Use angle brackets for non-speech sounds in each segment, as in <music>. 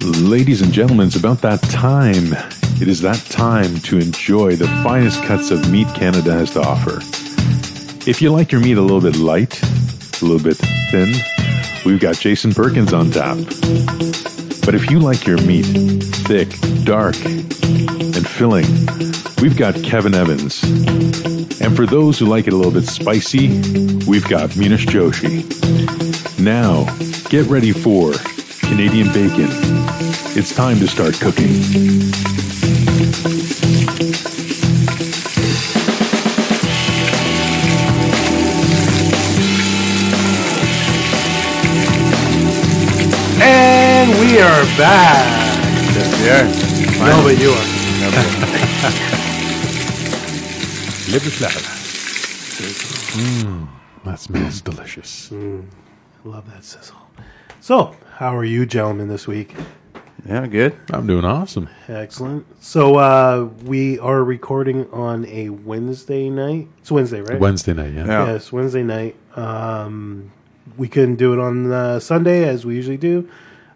Ladies and gentlemen, it's about that time. It is that time to enjoy the finest cuts of meat Canada has to offer. If you like your meat a little bit light, a little bit thin, we've got Jason Perkins on tap. But if you like your meat thick, dark, and filling, we've got Kevin Evans. And for those who like it a little bit spicy, we've got Minish Joshi. Now, get ready for Canadian bacon. It's time to start cooking. And we are back. No, but you are. <laughs> Liver flour. that smells delicious. Love that sizzle. So, how are you, gentlemen, this week? Yeah, good. I'm doing awesome. Excellent. So, uh, we are recording on a Wednesday night. It's Wednesday, right? Wednesday night, yeah. Yeah. Yes, Wednesday night. Um, we couldn't do it on uh, Sunday as we usually do.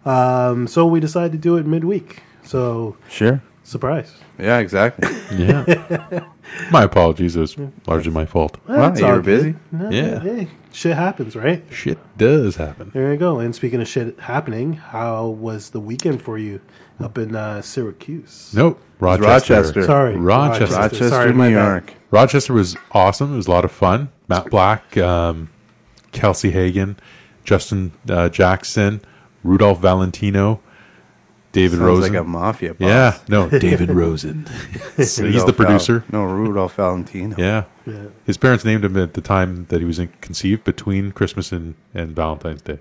Um, so, we decided to do it midweek. So, Sure. surprise. Yeah, exactly. Yeah. <laughs> my apologies. It was largely my fault. wow, That's you all were good. busy. No, Yeah. Hey, shit happens, right? Shit does happen. There you go. And speaking of shit happening, how was the weekend for you up in uh, Syracuse? Nope. was Rochester. Rochester. Sorry, Rochester. Rochester, Sorry, New my bad. York. Rochester was awesome. It was a lot of fun. Matt Black, um, Kelsey Hagan, Justin uh, Jackson, Rudolph Valentino, David Sounds Rosen. like a mafia. Boss. yeah, no, <laughs> David Rosen. <laughs> He's the Rudolph Val- producer. no, Rudolph Valentino. Yeah. Yeah. His parents named him at the time that he was in, conceived between Christmas and, and Valentine's Day.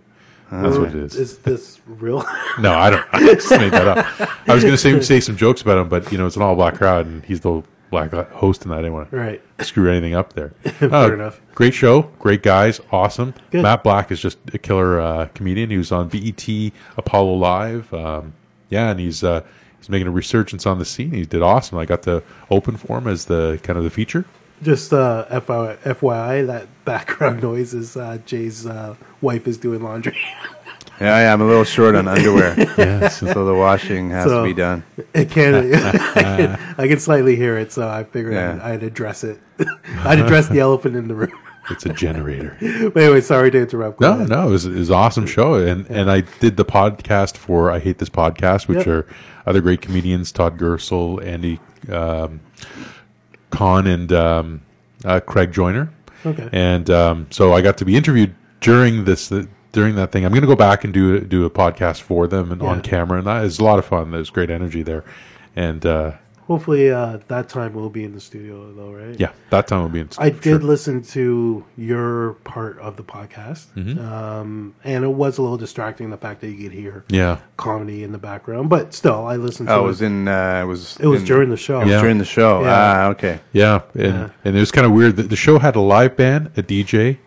That's what it is. Is this real? <laughs> No, I don't. <laughs> I just made that up. I was going to say, say some jokes about him, but you know, it's an all black crowd, and he's the black host, and I didn't want to right. screw anything up <laughs> there. Fair enough. Great show, great guys, awesome. Good. Matt Black is just a killer uh, comedian. He was on BET Apollo Live, um, yeah, and he's uh, he's making a resurgence on the scene. He did awesome. I got the open for him as the kind of the feature. Just uh, FYI, FYI, that background noise is uh, Jay's uh, wife is doing laundry. <laughs> yeah, yeah. I'm a little short on underwear, <laughs> Yes, so the washing has So- to be done. It can, I can <laughs> I can slightly hear it, so I figured I'd, Yeah. I'd address it. <laughs> I'd address the elephant in the room. <laughs> it's a generator. but anyway, sorry to interrupt. Go No, ahead. no, it was, it was an awesome show, and and I did the podcast for I hate this podcast, which Yep. are other great comedians Todd Gersel, Andy um, Kahn, and um, uh, Craig Joyner, Okay. and um, so I got to be interviewed during this uh, during that thing. I'm going to go back and do do a podcast for them and Yeah. on camera, and that is a lot of fun. There's great energy there, and uh, Hopefully, uh, that time we'll be in the studio, though, right? yeah, that time will be. In, I did sure. listen to your part of the podcast, Mm-hmm. um, and it was a little distracting the fact that you could hear Yeah, comedy in the background, but still, I listened to Oh, it. it was in. Uh, it was. it was in- during the show. It was Yeah. during the show. Yeah. Ah, okay. Yeah, and and it was kind of weird. The, the show had a live band, a DJ,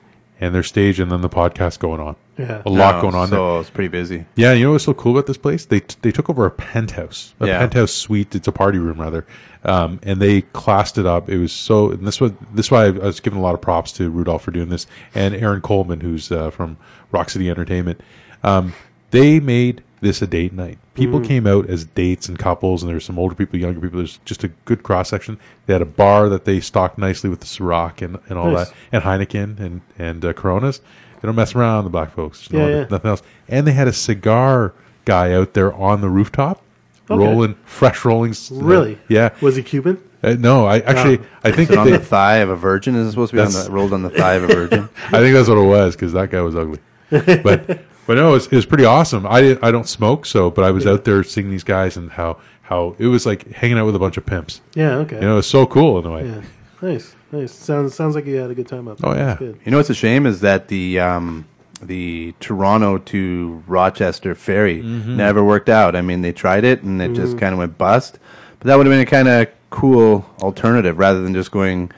and their stage, and then the podcast going on. Yeah. a lot No, going on. there. So it's pretty busy. Yeah, you know what's so cool about this place? They they took over a penthouse, a Yeah. penthouse suite. It's a party room rather, um, and they classed it up. It was so. And this was this is why I was giving a lot of props to Rudolph for doing this, and Aaron Coleman, who's uh, from Rock City Entertainment. Um, they made this a date night. Mm. People came out as dates and couples, and there were some older people, younger people. There's just a good cross section. They had a bar that they stocked nicely with the Ciroc and, and all Nice. that, and Heineken and and uh, Coronas. They don't mess around, the black folks. There's no Yeah, other- yeah. nothing else. And they had a cigar guy out there on the rooftop, Okay. rolling fresh rollings. Really? Yeah. Was he Cuban? Uh, no, I actually I think Is it on they- the thigh of a virgin? Is it supposed to be on That's- the, rolled on the thigh of a virgin? I think that's what it was because that guy was <laughs> ugly. But but no, it's it's pretty awesome. I didn't, I don't smoke, so but I was out there seeing these guys and how how it was like hanging out with a bunch of pimps. Yeah. Okay. You know, it's so cool in a way. Yeah. Nice. Nice. Sounds sounds like you had a good time up. Oh, yeah. Good. You know what's a shame is that the um, the Toronto to Rochester ferry Mm-hmm. never worked out. I mean, they tried it and it just Mm. kind of went bust. But that would have been a kind of cool alternative rather than just going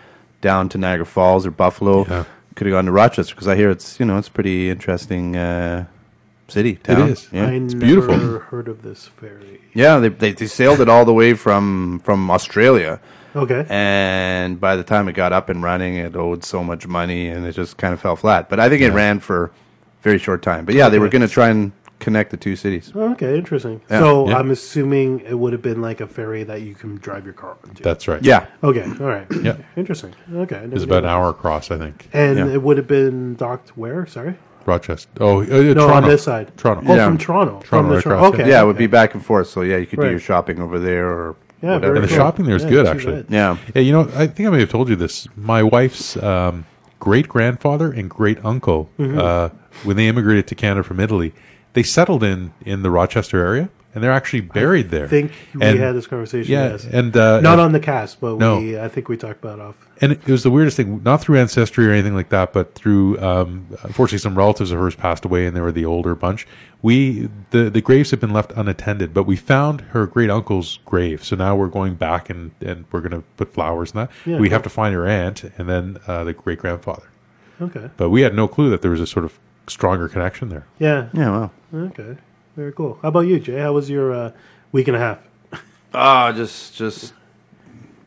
down to Niagara Falls or Buffalo. Yeah. Could have gone to Rochester because I hear it's you know it's pretty interesting uh, city town. is. Yeah. I never beautiful. heard of this ferry. Yeah, they, they they sailed it all the way from from Australia, Okay. and by the time it got up and running, it owed so much money, and it just kind of fell flat. But I think it ran for a very short time. But yeah, they were going to try and connect the two cities. Okay, interesting. Yeah. so Yeah. I'm assuming it would have been like a ferry that you can drive your car onto. That's right. Yeah, okay. All right. Yeah. Interesting. Okay. I never It's knew about an that. hour across, I think. And Yeah. it would have been docked where? Sorry. Rochester. Oh, uh, No, Toronto. on this side. Toronto. Oh, Yeah. from Toronto. from Toronto the right Toronto. across, Okay. yeah, it would okay. be back and forth. So yeah, you could Right. do your shopping over there or Yeah, whatever. And the Cool. shopping there is Yeah, good, too actually. bad. Yeah, Yeah, you know, I think I may have told you this. My wife's um, great grandfather and great uncle, Mm-hmm. uh, when they immigrated to Canada from Italy, they settled in in the Rochester area, and they're actually buried there. I think And- we had this conversation. Yeah, yes. and uh, not on the cast, but No. we I think we talked about it off. and it was the weirdest thing, not through ancestry or anything like that, but through um, unfortunately some relatives of hers passed away, and they were the older bunch. We the the graves have been left unattended, but we found her great uncle's grave, so now we're going back and and we're going to put flowers and that. Yeah, we cool. have to find her aunt and then uh, the great grandfather, Okay. but we had no clue that there was a sort of stronger connection there. Yeah. yeah. Well, Okay. Very cool. How about you, Jay? How was your uh, week and a half? ah, just just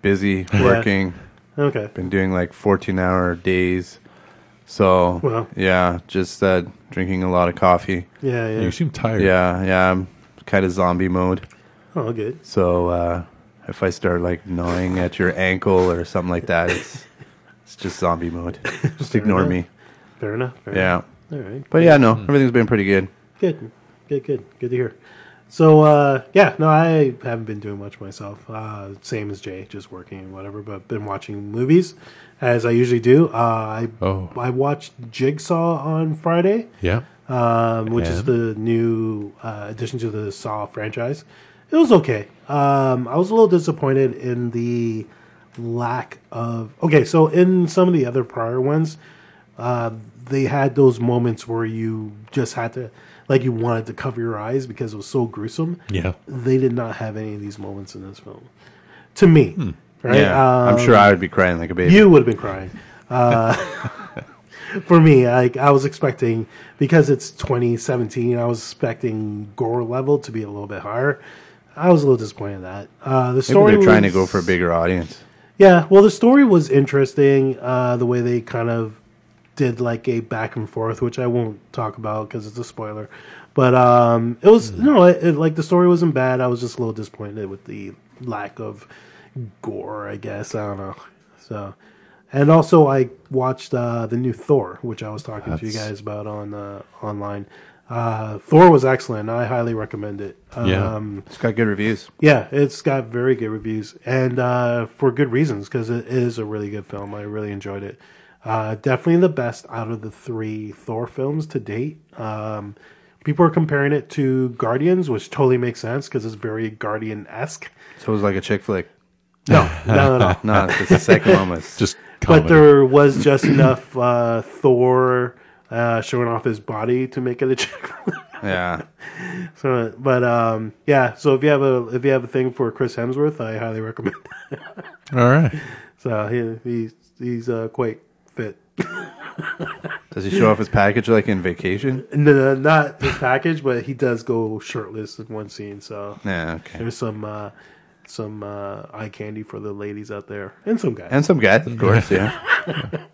busy working. Okay. Been doing like fourteen hour days. So Wow. yeah, just uh, drinking a lot of coffee. Yeah. Yeah. You seem tired. Yeah, yeah, I'm kind of zombie mode. Oh, good. So uh, if I start like gnawing at your ankle or something like that, it's it's just zombie mode. Just ignore me. Fair enough. Fair Yeah. enough. All right. But yeah, no, everything's been pretty good. Good, good, good, good to hear. So uh, yeah, no, I haven't been doing much myself. Uh, same as Jay, just working and whatever. But been watching movies as I usually do. Uh, I Oh. I watched Jigsaw on Friday, Yeah. um, which is And? the new uh, addition to the Saw franchise. It was okay. Um, I was a little disappointed in the lack of. Okay, so in some of the other prior ones, uh, they had those moments where you just had to, like, you wanted to cover your eyes because it was so gruesome. Yeah. They did not have any of these moments in this film, to me. Right? Yeah, Um, I'm sure I would be crying like a baby. you would have been crying. Uh, <laughs> for me, like I was expecting because it's 2017, I was expecting gore level to be a little bit higher. I was a little disappointed in that. Uh, the Maybe story they're trying to was- go for a bigger audience. yeah, well, the story was interesting. Uh, the way they kind of did like a back and forth, which I won't talk about because it's a spoiler. But um, it Mm. was no, it, it, like the story wasn't bad. I was just a little disappointed with the lack of gore. I guess I don't know. So, and also I watched uh, the new Thor, which I was talking to you That's- guys about on uh, online. Uh, Thor was excellent. I highly recommend it. Yeah. Um, It's got good reviews. yeah, it's got very good reviews and uh, for good reasons because it is a really good film. I really enjoyed it. Uh, definitely the best out of the three Thor films to date. Um, people are comparing it to Guardians, which totally makes sense because it's very Guardian esque. So it was like a chick flick. No, no, no, no. No, it's just the <laughs> second one was Just But comedy. there was just enough uh, Thor uh, showing off his body to make it a <laughs> chick flick. yeah. So, but um, yeah. So if you have a if you have a thing for Chris Hemsworth, I highly recommend. That. All right. So he, he's he's uh, quite fit. Does he show off his package like in vacation? No, no, uh, not his package, but he does go shirtless in one scene. So Yeah, okay. there's some uh, some uh, eye candy for the ladies out there and some guys. And some guys, of course. Yeah,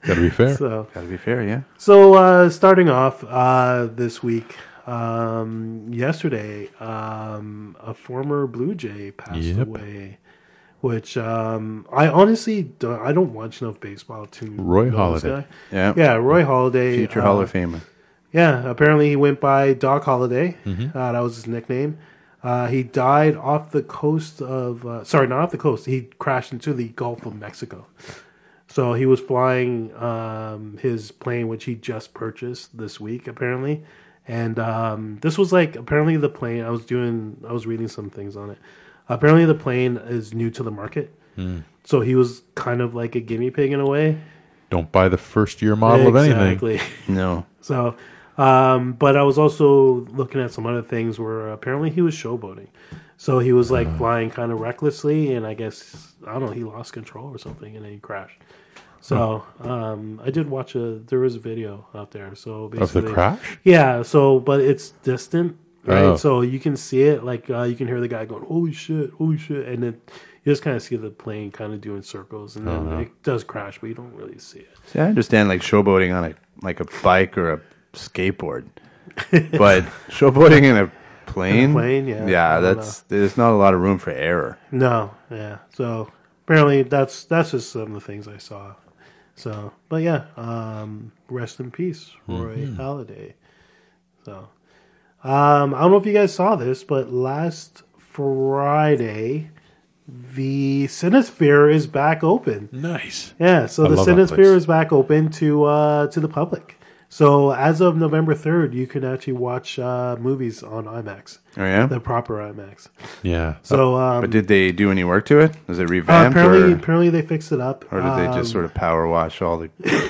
Got to be fair. <laughs> so gotta be fair. Yeah. so uh, starting off uh, this week, um, yesterday, um, a former Blue Jay passed Yep. away. Which um, I honestly don't, I don't watch enough baseball to Roy know this Halladay. guy. Yeah. yeah Roy Holiday Future uh, Hall of Famer. Yeah, apparently he went by Doc Holliday. Mm-hmm. Uh, that was his nickname. Uh, he died off the coast of, uh, sorry, not off the coast. He crashed into the Gulf of Mexico. So he was flying um, his plane, which he just purchased this week, apparently. And um, this was like apparently the plane. I was doing, I was reading some things on it. Apparently the plane is new to the market, Hmm. so he was kind of like a guinea pig in a way. Don't buy the first year model of anything. exactly. <laughs> No. So, um, but I was also looking at some other things where apparently he was showboating. So he was Uh-huh. like flying kind of recklessly, and I guess I don't know he lost control or something, and then he crashed. So um, I did watch a there was a video out there. So Hmm. Of the basically, crash? yeah. So but it's distant, right? Oh. So you can see it, like uh, you can hear the guy going, "Holy shit, holy shit," and then you just kind of see the plane kind of doing circles, and then Uh-huh. it does crash, but you don't really see it. See, I understand like showboating on a like a bike or a skateboard. <laughs> but showboating in a plane, plane, yeah, I don't that's there's not a lot of room for error. No, yeah. So apparently that's that's just some of the things I saw. So, but yeah, um, rest in peace, Roy Mm-hmm. Halladay. So, um, I don't know if you guys saw this, but last Friday, the Cinesphere is back open. Nice. Yeah, so I the love that place. Cinesphere is back open to uh, to the public. So as of November third, you can actually watch uh, movies on IMAX, Oh yeah, the proper IMAX. Yeah. So um, but did they do any work to it? Is it uh, revamped, apparently, or, apparently they fixed it up. or did they Um, just sort of power wash all the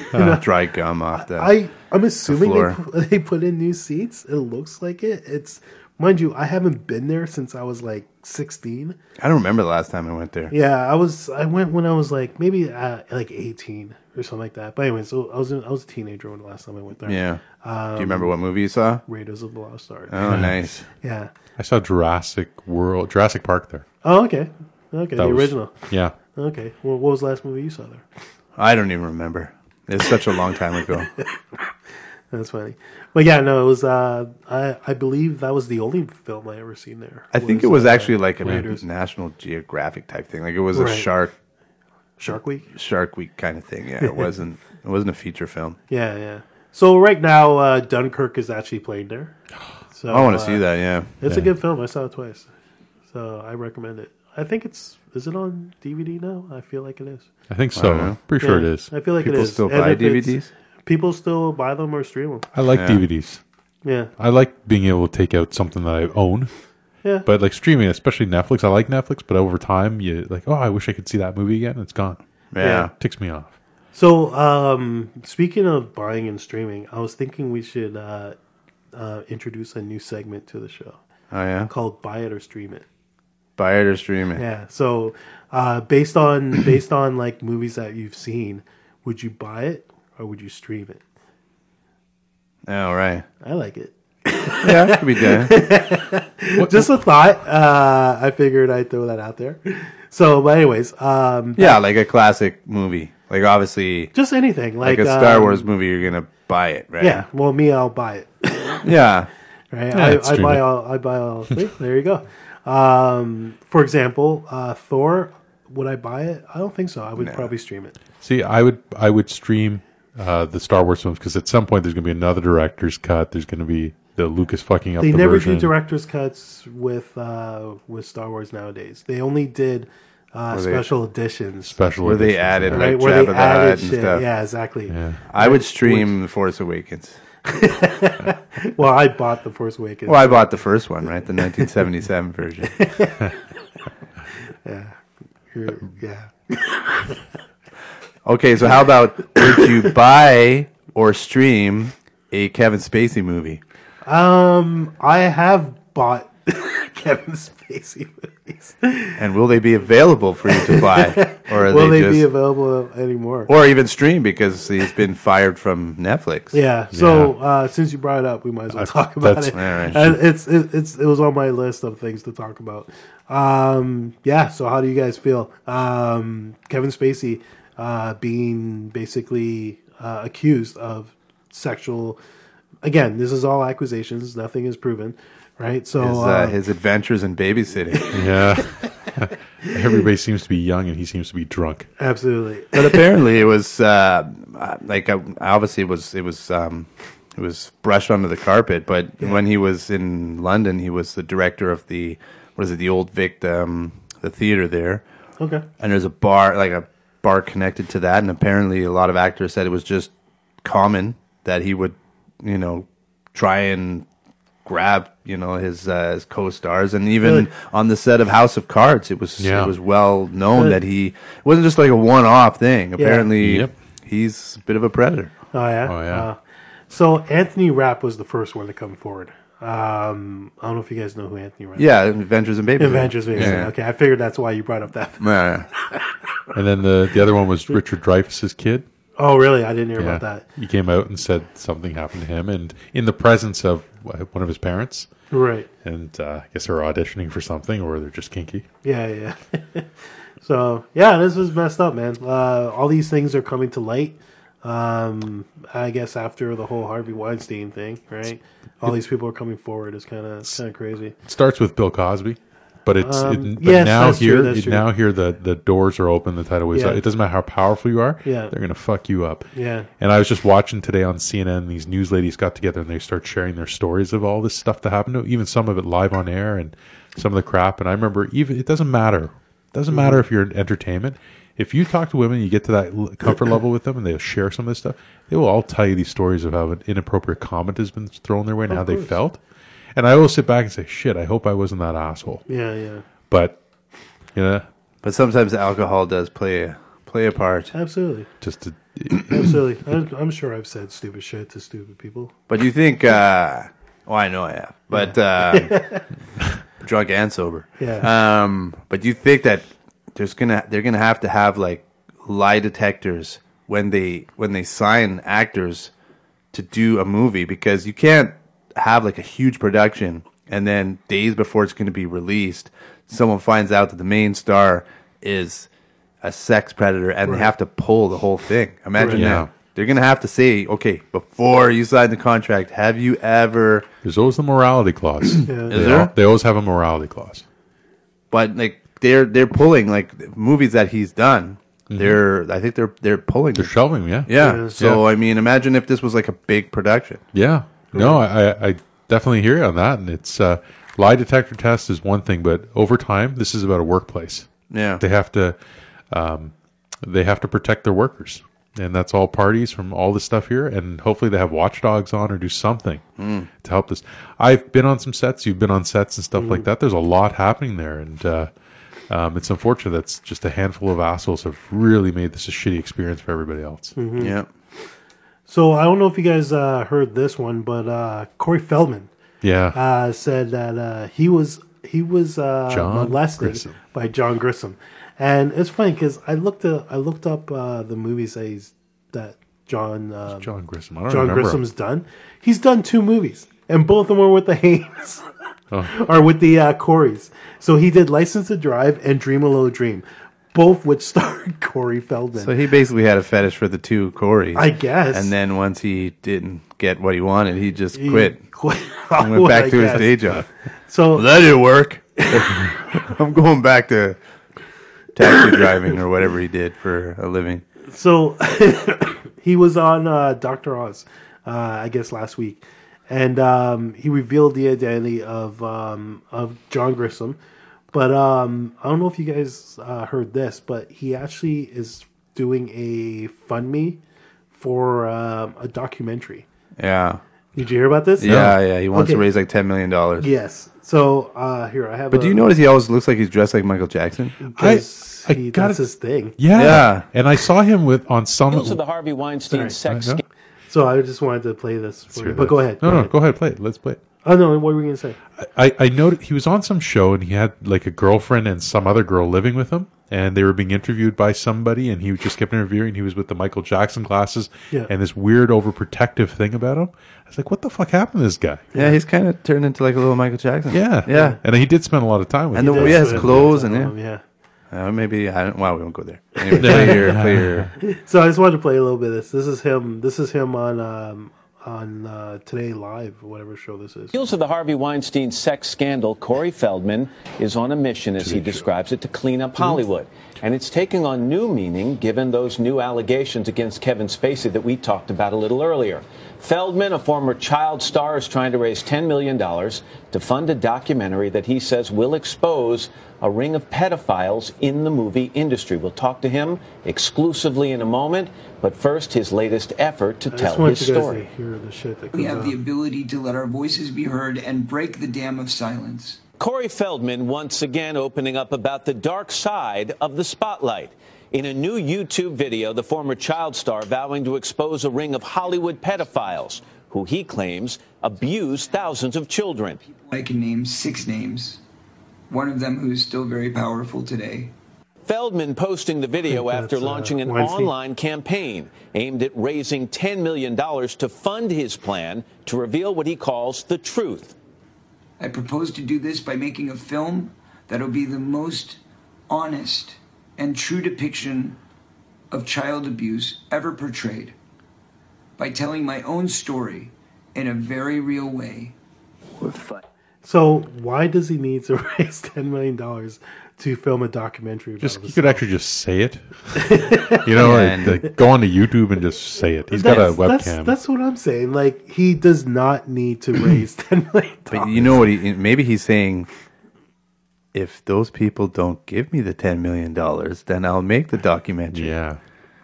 <laughs> uh, dry gum off the? I I'm assuming floor? they put, <laughs> they put in new seats. It looks like it. It's mind you, I haven't been there since I was like 16. I don't remember the last time I went there. Yeah, I was I went when I was like maybe uh, like 18 or something like that. But anyway, so I was in, I was a teenager when the last time I went there. Yeah. Do you um, remember what movie you saw? Raiders of the Lost Ark. Oh, nice. yeah. I saw Jurassic World, Jurassic Park there. Oh, okay. Okay, That the was- original. Yeah. Okay. Well, what was the last movie you saw there? I don't even remember. It's such a long time <laughs> ago. That's funny. But yeah, no, it was uh I I believe that was the only film I ever seen there. I think it was uh, actually like a Raiders. National Geographic type thing. Like it was a Right. shark Shark Week. Shark Week kind of <laughs> thing. Yeah, it wasn't. It wasn't a feature film. Yeah, yeah. So right now, uh, Dunkirk is actually played <gasps> there. So I want to uh, see that. Yeah. It's a Yeah. good film. I saw it twice, so I recommend it. I think it's is it on DVD now? I feel like it is. I think so. know. Pretty sure it Yeah, is. I feel like it People is. still And buy if it's- DVDs. People still buy them or stream them. I like Yeah. DVDs. Yeah, I like being able to take out something that I own. yeah. But like streaming, especially Netflix, I like Netflix, but over time you like, oh, I wish I could see that movie again. It's gone. Yeah. yeah. Ticks me off. So, um, speaking of buying and streaming, I was thinking we should uh, uh, introduce a new segment to the show Oh yeah. called "Buy It or Stream It." Buy it or stream it. Yeah. So, uh, based <clears throat> on based on like movies that you've seen, would you buy it or would you stream it? All right. I like it. Yeah, it <laughs> could be <laughs> done. Just a thought. Uh, I figured I'd throw that out there. So, but anyways, um, yeah, like a classic movie. Like obviously, just anything like, like, a Star um, Wars movie, you're gonna buy it, right? Yeah. Well, me, I'll buy it. <laughs> <laughs> Yeah. Right. it's I, I true. buy all. I buy all. three. there you go. Um, for example, uh, Thor. Would I buy it? I don't think so. I would probably stream it. See, I would I would stream uh, the Star Wars films because at some point there's going to be another director's cut. There's going to be the Lucas fucking up They the never version. do director's cuts with uh, with Star Wars nowadays. They only did uh, they- special editions, special Where they editions, added yeah. like right? Jabba Where the they Hutt and added shit. stuff. Yeah, exactly. Yeah. I would stream The Force Awakens. <laughs> Well, I bought the Force Awakens. Well, I bought the first one, right? <laughs> The 1977 version. You're- uh, yeah. Okay, so how about would you buy or stream a Kevin Spacey movie? Um, I have bought <laughs> Kevin Spacey movies. And will they be available for you <laughs> to buy? Or are Will they, they, just, be available anymore? or even stream because he's been fired from Netflix? Yeah. So Uh, since you brought it up, we might as well talk about that's- it. all right. And It's it, it's it was on my list of things to talk about. Um, yeah. So how do you guys feel? Um, Kevin Spacey uh, being basically uh, accused of sexual. Again, this is all accusations. Nothing is proven, right? So His, uh, uh, his adventures <laughs> in babysitting. Yeah. <laughs> Everybody seems to be young and he seems to be drunk. absolutely. but apparently, it was uh, like uh, obviously it was it was um, it was brushed under the carpet. But when he was in London, he was the director of the what is it? The Old Vic, um, the theater there. Okay. and there's a bar like a bar connected to that and apparently a lot of actors said it was just common that he would you know try and grab you know his uh, his co-stars and even Really? on the set of House of Cards it was Yeah. it was well known Really? that he it wasn't just like a one-off thing apparently Yep. he's a bit of a predator Oh yeah. Oh, yeah. Uh, so Anthony Rapp was the first one to come forward. Um, I don't know if you guys know who Anthony Rapp. yeah adventures in baby Avengers movie. Okay, I figured that's why you brought up that. And then the, the other one was Richard Dreyfuss's kid. Oh, really? I didn't hear Yeah. about that. He came out and said something happened to him and in the presence of uh, one of his parents. Right. And uh, I guess they're auditioning for something or they're just kinky. Yeah, yeah. <laughs> so, yeah, this is messed up, man. Uh, all these things are coming to light. Um, I guess after the whole Harvey Weinstein thing, right? All these people are coming forward. It's kind of kind of crazy. It starts with Bill Cosby, but it's Um, it, but yes, now that's true, here that's it- true. now here the the doors are open. The tidal waves. Yeah. out. It doesn't matter how powerful you are. Yeah. they're gonna fuck you up. Yeah. And I was just watching today on CNN. These news ladies got together and they start sharing their stories of all this stuff that happened to, 'em, even some of it live on air and some of the crap. And I remember even it doesn't matter. It doesn't matter if you're in entertainment. If you talk to women, you get to that l- comfort level with them, and they'll share some of this stuff. They will all tell you these stories of how an inappropriate comment has been thrown their way and how they felt. And I will sit back and say, "Shit, I hope I wasn't that asshole." Yeah, yeah. But you know, But sometimes alcohol does play a, play a part. Absolutely. just to, Absolutely. I'm, I'm sure I've said stupid shit to stupid people. But do you think? Uh, well, I know I have, but um, drunk and sober. Yeah. Um, but do you think that there's gonna they're gonna have to have like lie detectors when they when they sign actors to do a movie because you can't have like a huge production and then days before it's going to be released, someone finds out that the main star is a sex predator and they have to pull the whole thing. Imagine Right. that. Yeah. They're going to have to say, okay, before you sign the contract, have you ever. there's always the morality clause. they, there? al- they always have a morality clause. But like they're they're pulling like movies that he's done. They're I think they're they're pulling. Mm-hmm. They're shelving, yeah. yeah. Yeah. So I mean, imagine if this was like a big production. Yeah. No, I, I- I definitely hear you on that. And it's uh, lie detector test is one thing, but over time, this is about a workplace. Yeah. They have to, um, they have to protect their workers, and that's all parties from all this stuff here. And hopefully, they have watchdogs on or do something to help this. I've been on some sets. You've been on sets and stuff like that. There's a lot happening there, and uh, um, it's unfortunate that's just a handful of assholes have really made this a shitty experience for everybody else. Yeah. So I don't know if you guys uh, heard this one, but uh, Corey Feldman Yeah. uh, said that uh, he was he was uh, John molested Grissom. by John Grissom, and it's funny because I looked uh, I looked up uh, the movies that he's, that John uh, John, John Grissom. I don't John remember. him. Grissom's done. He's done two movies, and both of them were with the Haynes. <laughs> Oh. or with the uh, Coreys. So he did License to Drive and Dream a Little Dream, both which <laughs> starred Corey Feldman. So he basically had a fetish for the two Corys. I guess. And then once he didn't get what he wanted, he just He <laughs> quit Quit. Oh, and went back to his day job. So Well, that didn't work. <laughs> I'm going back to taxi driving or whatever he did for a living. So <coughs> he was on uh, Doctor Oz, uh, I guess last week, and um, he revealed the identity of um, of John Grissom. But um, I don't know if you guys uh, heard this, but he actually is doing a fund me for um, a documentary. Yeah. Did you hear about this? Yeah, yeah. He wants to Okay. raise like $10 million. Yes. So uh, here I have. But do you notice he always looks like he's dressed like Michael Jackson? Because I- I he, gotta- that's his thing. Yeah. Yeah. And I saw him with on some. Those are the Harvey Weinstein sex Uh-huh. I know. scandal. So I just wanted to play this. For you. hear But that. go ahead. No, go no, ahead. go ahead, play it. Let's play it. Oh no! What were you gonna say? I, I noted he was on some show and he had like a girlfriend and some other girl living with him, and they were being interviewed by somebody, and he just kept interviewing. He was with the Michael Jackson glasses Yeah. and this weird overprotective thing about him. I was like, what the fuck happened to this guy? Yeah, he's kind of turned into like a little Michael Jackson. Yeah, Yeah. And he did spend a lot of time with. And him. the way he has clothes and Um, yeah. yeah. Uh, maybe, I don't, well, we won't go there. Anyway, <laughs> play your, play <laughs> your, So I just wanted to play a little bit of this. This is him. This is him on um, on uh, Today Live, whatever show this is. Heels of the Harvey Weinstein sex scandal, Corey Feldman is on a mission, as he describes it, to clean Mm-hmm. up Hollywood. And it's taking on new meaning given those new allegations against Kevin Spacey that we talked about a little earlier. Feldman, a former child star, is trying to raise $10 million to fund a documentary that he says will expose a ring of pedophiles in the movie industry. We'll talk to him exclusively in a moment, but first, his latest effort to I just tell want his you guys story. to hear the shit that comes We have out. the ability to let our voices be heard and break the dam of silence. Corey Feldman once again opening up about the dark side of the spotlight. In a new YouTube video, the former child star vowing to expose a ring of Hollywood pedophiles who he claims abuse thousands of children. I can name six names, one of them who is still very powerful today. Feldman posting the video I think after that's, uh, launching an Weinstein. online campaign aimed at raising $10 million to fund his plan to reveal what he calls the truth. I propose to do this by making a film that'll be the most honest and true depiction of child abuse ever portrayed. by telling my own story in a very real way. So why does he need to <laughs> raise ten million dollars to film a documentary? About Just you this? could actually just say <laughs> it. you know, Yeah, like, and- like, go on to YouTube and just say it. He's got a webcam. That's, that's what I'm saying. Like he does not need <clears throat> to raise ten million. But you know what? He, maybe he's saying, if those people don't give me the ten million dollars, then I'll make the documentary. yeah,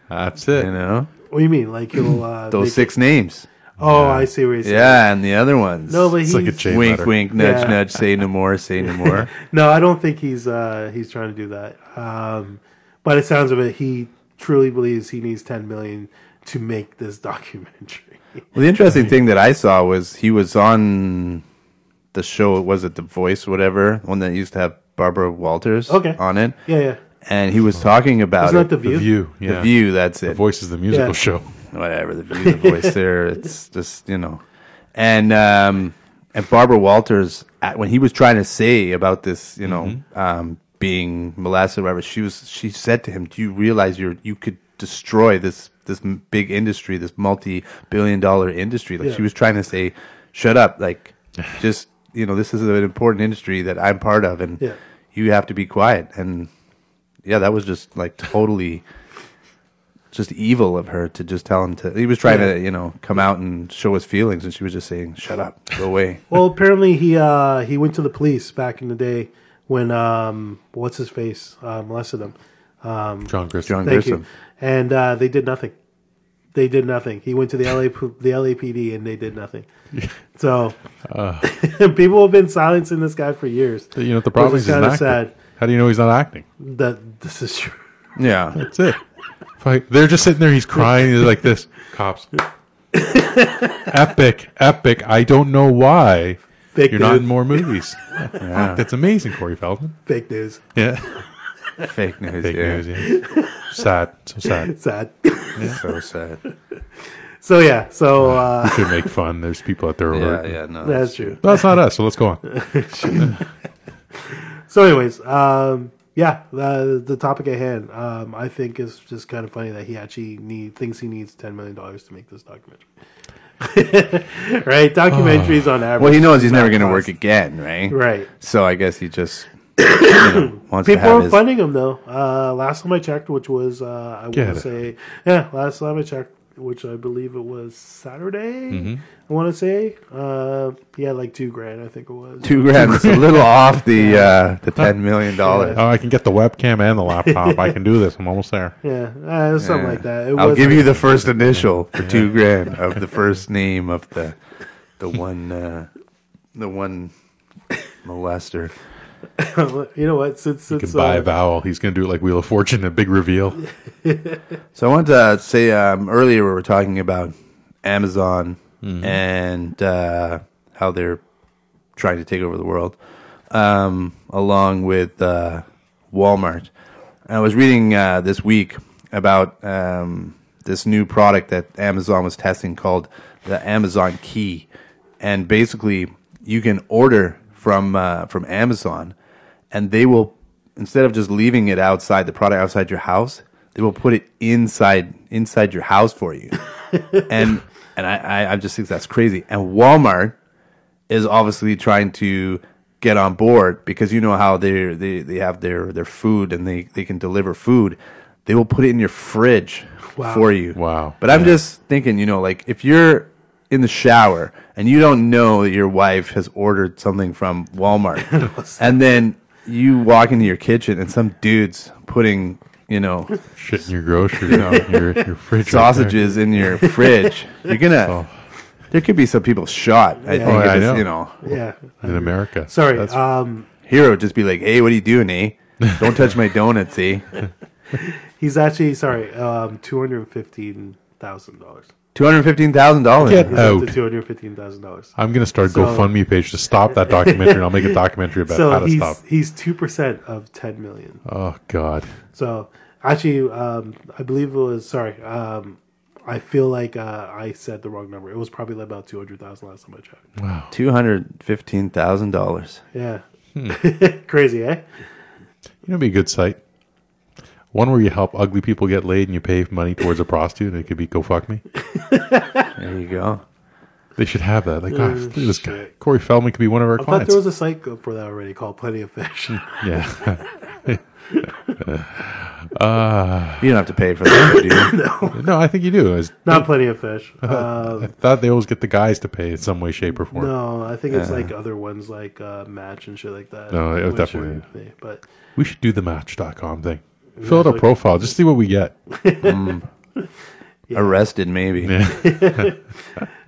that's it. You know What do you mean? Like he'll uh, those make- six names. Oh, I see what you're saying. Yeah, and the other ones. No, but It's he's like a chain wink, letter. wink, nudge, Yeah. nudge. Say no more. <laughs> Say no more. no, I don't think he's uh, he's trying to do that. Um, by the sounds of it, he truly believes he needs ten million to make this <laughs> documentary. Well, the interesting thing that I saw was he was on the show. Was it The Voice, whatever, one that used to have Barbara Walters Okay. on it? yeah, yeah. And he was talking about It's not it. the view. The, The View. Yeah. View. That's The it. Voice is the musical Yeah. show. Whatever the View, The Voice. There, it's just you know, and um, and Barbara Walters at, when he was trying to say about this, you know, um, being molested, or whatever. She was. She said to him, "Do you realize you're you could." destroy this this m- big industry this multi-billion dollar industry like Yeah. she was trying to say, "Shut up!" Like, just you know, this is an important industry that I'm part of, and Yeah. you have to be quiet. And yeah, that was just like totally, just evil of her to just tell him to. He was trying to you know come out and show his feelings, and she was just saying, "Shut up, go away." Well, apparently he uh, he went to the police back in the day when um, what's his face uh, molested him. John Chris. John Thank Grissom. you. And uh, they did nothing. They did nothing. He went to the LA p- the LAPD and they did nothing. So <laughs> people have been silencing this guy for years. You know the problem Which is he's is kinda not acting. sad. How do you know he's not acting? That this is true. Yeah, That's <laughs> it. Like, they're just sitting there. He's crying. He's like this. <laughs> Cops. epic, epic. I don't know why Fake you're news. not in more <laughs> movies. Fuck, That's amazing, Corey Feldman. fake news. Yeah. <laughs> fake news. Fake yeah. news. Yeah. sad. So sad. Sad. <laughs> So sad. so yeah. So uh, <laughs> Should make fun. There's people out there. who Yeah, are- yeah, no. that's true. That's not us. So let's <laughs> go on. So anyways, um, yeah. The, the topic at hand, um, I think, is just kind of funny that he actually need thinks he needs ten million dollars to make this documentary. <laughs> right? Documentaries on average. Ah. Well, he knows he's never not going to work cost- again, right? Right. So I guess he <coughs> just you know, wants to People have are his. funding him though. Uh, last time I checked, which was uh, I Get want it. to say, yeah, last time I checked, which I believe it was Saturday. Mm-hmm. I want to say, uh, he had like two grand, I think it was. Two grand is a <laughs> little off the uh, the ten million dollars. Oh, I can get the webcam and the laptop. I can do this. I'm almost there. Yeah, uh, it was something Yeah. like that. It I'll was give like- you the first initial for two grand of the first name of the the one uh, the one molester. <laughs> you know what? Since Can it's buy a uh, vowel. He's going to do it like Wheel of Fortune, a big reveal. So I wanted to say um, earlier we were talking about Amazon and uh, how they're trying to take over the world, um, along with uh, Walmart. I was reading uh, this week about um, this new product that Amazon was testing called the Amazon Key, and basically you can order from uh, from Amazon, and they will instead of just leaving it outside the product outside your house, they will put it inside inside your house for you, and and I, I I just think that's crazy. And Walmart is obviously trying to get on board because you know how they they they have their their food and they they can deliver food. They will put it in your fridge for you. Wow. But I'm just thinking, you know, like if you're in the shower and you don't know that your wife has ordered something from Walmart, and then you walk into your kitchen and some dude's putting, you know, Shit in your grocery, <laughs> your, your fridge. right there. sausages in your fridge, you're gonna. Oh. There could be some people shot. I think Oh, yeah, I it's, know. you know, yeah. in America. Sorry, That's- um, hero would just be like, "Hey, what are you doing, eh? Don't touch my <laughs> donuts, eh? he's actually sorry, um, two hundred fifteen thousand dollars. Two hundred fifteen thousand dollars. Get He's up out. to two hundred fifteen thousand dollars. Oh, I'm going to start a So- GoFundMe page to stop that documentary, and I'll make a documentary about how So to stop. he's he's two percent of ten million. Oh God, So actually, um, I believe it was sorry. Um, I feel like uh, I said the wrong number. It was probably about two hundred thousand last time I checked. Two hundred fifteen thousand dollars. Hmm. Yeah, <laughs> crazy, eh? you know, it'd be a good site. One where you help ugly people get laid and you pay money towards a prostitute, and it could be go fuck me. There you go. They should have that. Like, oh, look at this guy. Corey Feldman could be one of our I thought clients. there was a site go- for that already called Plenty of Fish. <laughs> yeah. <laughs> You don't have to pay for that, do you? <coughs> no, I think you do. I, was- Not Plenty <laughs> of Fish. Uh-huh. Uh, I thought they always get the guys to pay in some way, shape, or form. no, I think it's like other ones like uh, Match and shit like that. No, Oh, it Which definitely- are- they- But We should do the match.com thing. Fill out a profile. Just see what we get. Arrested, maybe.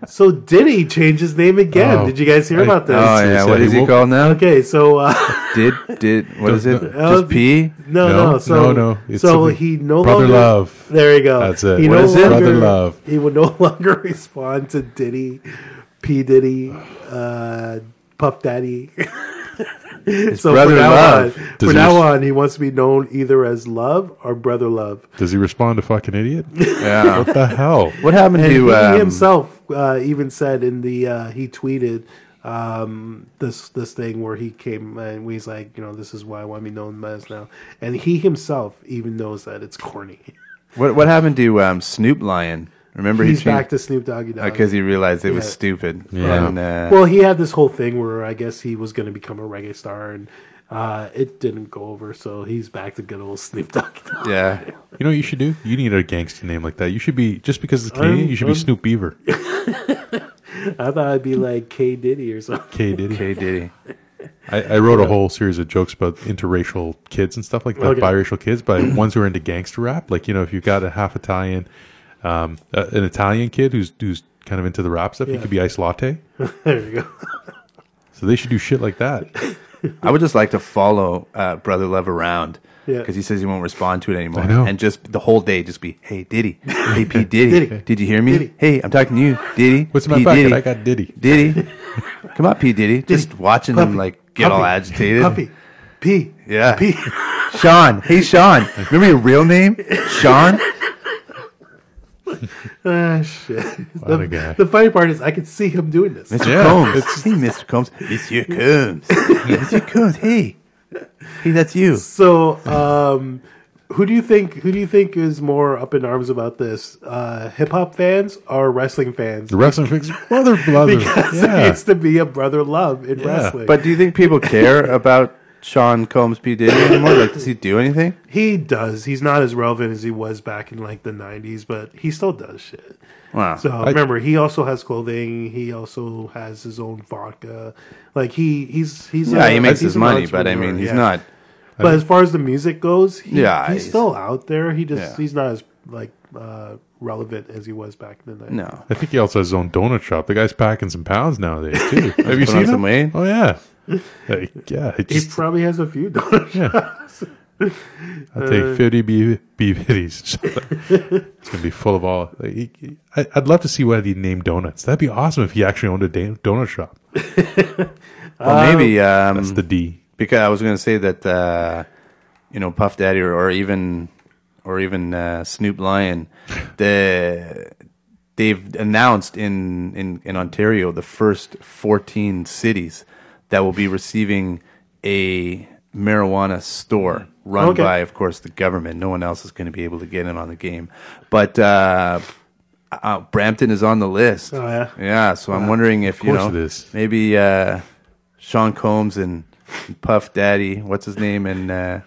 so Diddy changed his name again. Oh, Did you guys hear I- uh, about this? Oh yeah, what is he Well- called now? Okay, so uh, <laughs> Did did what is it? Uh, Just <laughs> P? No, No, no, so, no, no. It's so something- he no Brother longer love. There you go. That's it. He What no is it? longer- Brother love. He would no <laughs> longer respond to Diddy, P Diddy, uh, Puff Daddy. <laughs> so Brother for now Love. on, Does he for now res- on, he wants to be known either as Love or Brother Love. Does he respond to fucking idiot? <laughs> Yeah. What the hell? What happened And to he um, himself uh, even said in the uh, he tweeted um, this this thing where he came and he's like, you know, this is why I want to be known as now, and he himself even knows that it's corny. <laughs> What what happened to um, Snoop Lion? Remember He's he back changed to Snoop Doggy Dogg. because he realized it was Yeah. stupid. Yeah. And, uh, well, he had this whole thing where I guess he was going to become a reggae star, and uh, it didn't go over. So he's back to good old Snoop Doggy Dogg. <laughs> yeah. You know what you should do? You need a gangster name like that. You should be just because it's Canadian, you should be I'm- Snoop Beaver. I thought I'd be like K Diddy or something. <laughs> K Diddy. K Diddy. I, I wrote a whole series of jokes about interracial kids and stuff like that, Okay. biracial kids, <clears throat> but ones who are into gangster rap. Like you know, if you've got a half Italian, um, uh, an Italian kid who's who's kind of into the rap stuff, he Yeah. could be Ice Latte. There you go. So they should do shit like <laughs> that. I would just like to follow uh, Brother Love around Yeah. because he says he won't respond to it anymore, I know. and just the whole day just be, "Hey <laughs> Diddy, hey P Diddy, Diddy. did you hear me? Diddy. Hey, I'm talking to you, Diddy. What's in my P. pocket? Diddy. I got Diddy. Diddy. <laughs> Come on, P Diddy. Just watching him Puffy, like get all Puffy, agitated. Puffy, P, Yeah. P. <laughs> Sean. Hey Sean. Remember your real name, <laughs> Sean? ah, shit. What a The, guy. the funny part is I could see him doing this. Mr. Yeah, Combs. Hey, Mr. Combs. Monsieur Combs. Monsieur Combs. Hey. Hey, that's you. So, um, who do you think? Who do you think is more up in arms about this? Uh, Hip hop fans or wrestling fans? The wrestling fix, <laughs> brother, brother. Because yeah. there used to be a brother love in wrestling. But do you think people care about Sean Combs P. Diddy anymore? Like, does he do anything? He does. He's not as relevant as he was back in like the '90s, but he still does shit. Wow. So remember, he also has clothing. He also has his own vodka. Like he, he's he's yeah, a- he makes uh, he's his an money, but I mean, entrepreneur, he's yeah. not. But as far as the music goes, he, Yeah, he's, he's- still out there. He just Yeah. he's not as like uh, relevant as he was back in the '90s. No. I think he also has his own donut shop. The guy's packing some pounds nowadays too. Have you put on seen some him? weight. Oh yeah, Like, yeah. he He Just, probably has a few <laughs> dollars. yeah. I'll take fifty b b bitties. <laughs> it's gonna be full of all. Like, he- he- I, I'd love to see what he named donuts. That'd be awesome if he actually owned a da- donut shop. Well, maybe um, That's the D. because I was going to say that uh, you know Puff Daddy or, or even or even uh, Snoop Lion, <laughs> the they've announced in, in in Ontario the first 14 cities that will be receiving a marijuana store run Okay. by, of course, the government. No one else is going to be able to get in on the game, but. Uh, uh, Brampton is on the list. Oh, yeah? yeah. So I'm wondering if you course know it is. maybe uh, Sean Combs and Puff Daddy, what's his name, and uh,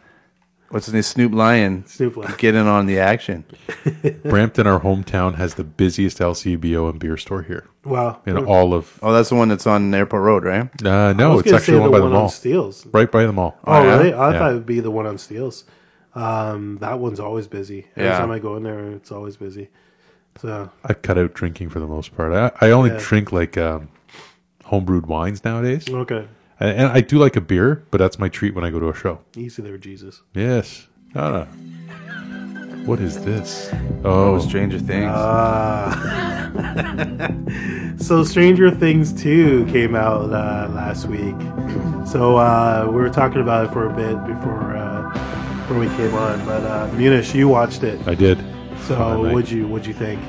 what's his name, Snoop Lion, Snoop Lion. get in on the action. Brampton, our hometown, has the busiest LCBO and beer store here Wow. in all of. Oh, that's the one that's on Airport Road, right? Uh, I no, was it's gonna say actually the one by the one on mall, Steels. right by the mall. Oh, yeah? really? I Yeah. thought it would be the one on Steels. Um, that one's always busy. Every Yeah. time I go in there, it's always busy. So I cut out drinking for the most part. I, I only Yeah. drink like um, homebrewed wines nowadays, okay, and, and I do like a beer, but that's my treat when I go to a show. easy there, Jesus. Yes. Ah. What is this? Oh, Oh, Stranger Things. Ah. So Stranger Things two came out uh, last week. So uh, we were talking about it for a bit before uh, before we came on. But uh, Munish, you watched it. I did. So Fun night. would you would you think?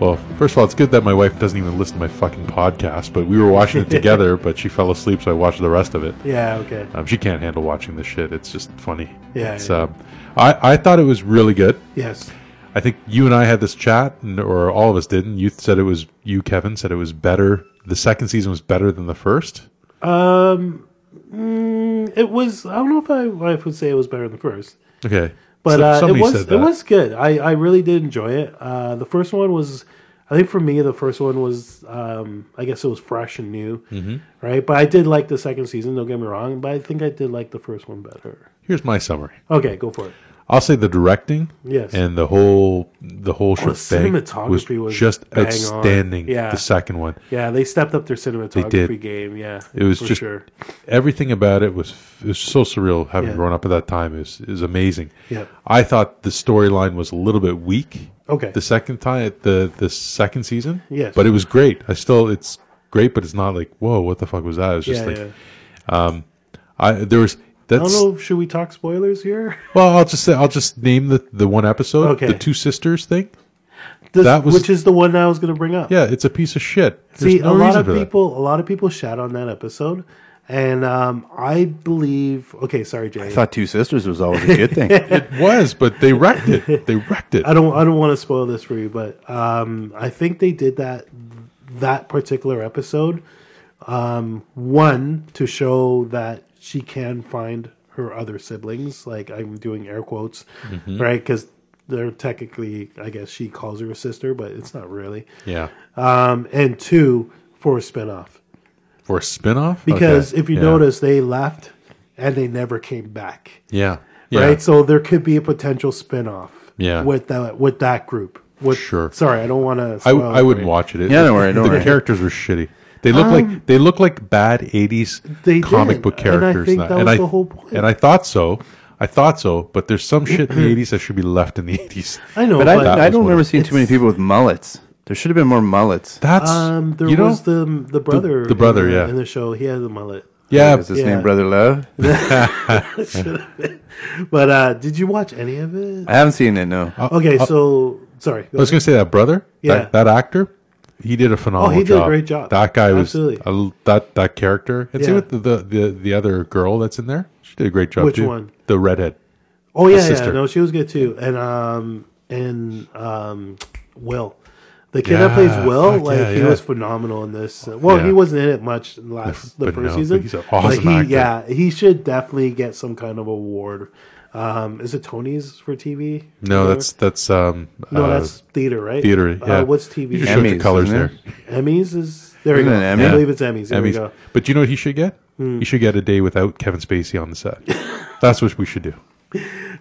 Well, first of all, it's good that my wife doesn't even listen to my fucking podcast, but we were watching <laughs> it together, but she fell asleep, so I watched the rest of it. Yeah, okay. Um, she can't handle watching this shit. It's just funny. Yeah, It's, yeah. um, I, I thought it was really good. Yes. I think you and I had this chat, and, or all of us didn't. You said it was, you, Kevin, said it was better. The second season was better than the first. It was, I don't know if my wife would say it was better than the first, Okay. but So- uh, it somebody was said it that. was good. I, I really did enjoy it. Uh, the first one was, I think for me, the first one was, um, I guess it was fresh and new, mm-hmm. right? But I did like the second season. Don't get me wrong, but I think I did like the first one better. Here's my summary. Okay, go for it. I'll say the directing, Yes. and the whole the whole the shebang was, cinematography was just bang on. outstanding. Yeah. The second one, Yeah, they stepped up their did. cinematography game. Yeah, it was for just everything about it was it was so surreal. Having Yeah. grown up at that time is is amazing. Yeah. I thought the storyline was a little bit weak. Okay. the second time the the second season. Yes. but it was great. I still it's great, but it's not like whoa, what the fuck was that? It was just Yeah, like yeah. I there was I don't that's know. Should we talk spoilers here? <laughs> well. I'll just say I'll just name the the one episode. Okay. the two sisters thing. This- That was- which is the one that I was going to bring up. Yeah, it's a piece of shit. There's See, no a lot reason of for that. people, a lot of people shat on that episode, and um, I believe. Okay, sorry, Jay. I thought Two Sisters was always a <laughs> good thing. was, but they wrecked it. They wrecked it. I don't I don't want to spoil this for you, but um, I think they did that that particular episode um, one to show that she can find her other siblings. Like I'm doing air quotes, right? Because they're technically, I guess she calls her a sister, but it's not really. Yeah. Um, and two for a spinoff For a spinoff? because Okay. if you Yeah. notice, they left and they never came back. Yeah. Yeah. right? So there could be a potential spinoff. Yeah. With that with that group. With, Sure. Sorry, I don't want to. I, I wouldn't watch it. It- Yeah, don't worry, don't The worry. characters were shitty. They look like they look like bad '80s Um, They comic did, book and I characters. think that was I, the whole point. And I thought so. I thought so. But there's some shit in <clears throat> the '80s that should be left in the '80s. I know, but but, I, I was don't one remember of- seeing too many people with mullets. There should have been more mullets. That's um, there you know, was the the brother, the brother, in yeah. in the show. He had the mullet. yeah. Is his yeah. name Brother Love? But uh, did you watch any of Uh, it? I haven't seen it. No, Oh. Okay, so sorry. go I was ahead. going to say that brother, Yeah. Oh, that, that actor, he did a phenomenal. did a job. great job. That guy was Absolutely. I- that that character. And Yeah. same with the, the the the other girl that's in there. She did a great job Which too. one? The redhead. oh yeah, yeah. sister. No, she was good too. And um and um Will. The kid that Yeah, plays Will, fuck like yeah, he yeah. was phenomenal in this. Well, Yeah. he wasn't in it much last the But first no, season. but he's an But awesome he, actor. Yeah, he should definitely get some kind of award. Um, is it Tony's for TV? No, Or- that's that's um no, uh, that's theater, right? theater. Yeah. Uh, what's You TV? just showed your Emmys, colors isn't there. it? Emmys is there. You Isn't go. it I Emmys? believe it's Emmys. There we Emmys. go. Hmm. But you know what he should get? He should get a day without Kevin Spacey on the <laughs> set. that's what we should do.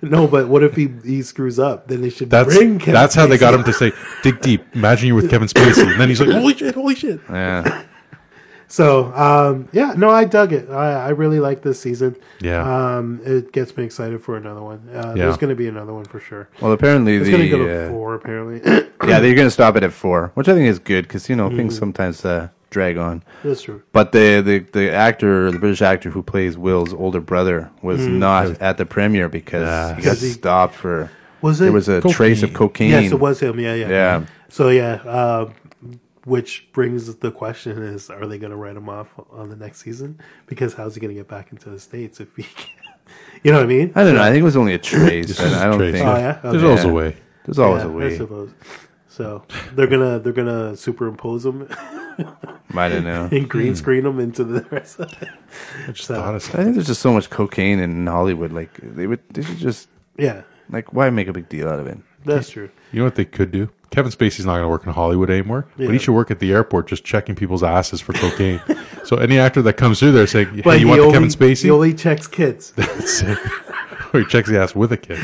No, but what if he, he screws up? Then they should That's bring. Kevin that's how they got Spacey. him to say, "Dig deep." Imagine you're with Kevin Spacey, and then <laughs> he's like, "Holy shit, holy shit!" yeah, So um, yeah, no, I dug it. I, I really like this season. Yeah. um, it gets me excited for another one. Uh, Yeah. There's going to be another one for sure. Well, apparently It's the going to go to uh, four apparently. <coughs> yeah they're going to stop it at four, which I think is good because you know Mm. things sometimes uh, drag on. That's true. But the, the the actor, the British actor who plays Will's older brother, was not at the premiere because he got Mm. Because he- stopped for Was it? there was a trace of cocaine. yes, it was him. Yeah, yeah. Yeah. So yeah, uh, which brings the question: Is are they going to write him off on the next season? Because how's he going to get back into the states if he? <laughs> Can? You know what I mean? I don't know. I think it was only a trace. and I don't Trace. think Oh, yeah? There's Okay. always a Yeah. way. there's always Yeah, a I way. suppose. So they're gonna they're gonna superimpose him I <laughs> don't know. and green screen him into the rest of it. Hmm. I just thought of I think there's just so much cocaine in Hollywood. Like they would, they should just Yeah, like why make a big deal out of it? that's true. You know what they could do? Kevin Spacey's not going to work in Hollywood anymore, but Yeah. he should work at the airport just checking people's asses for <laughs> cocaine. so any actor that comes through there saying, hey, But you he want the only, Kevin Spacey? <laughs> He only checks kids. That's it. or he checks the ass with a kid.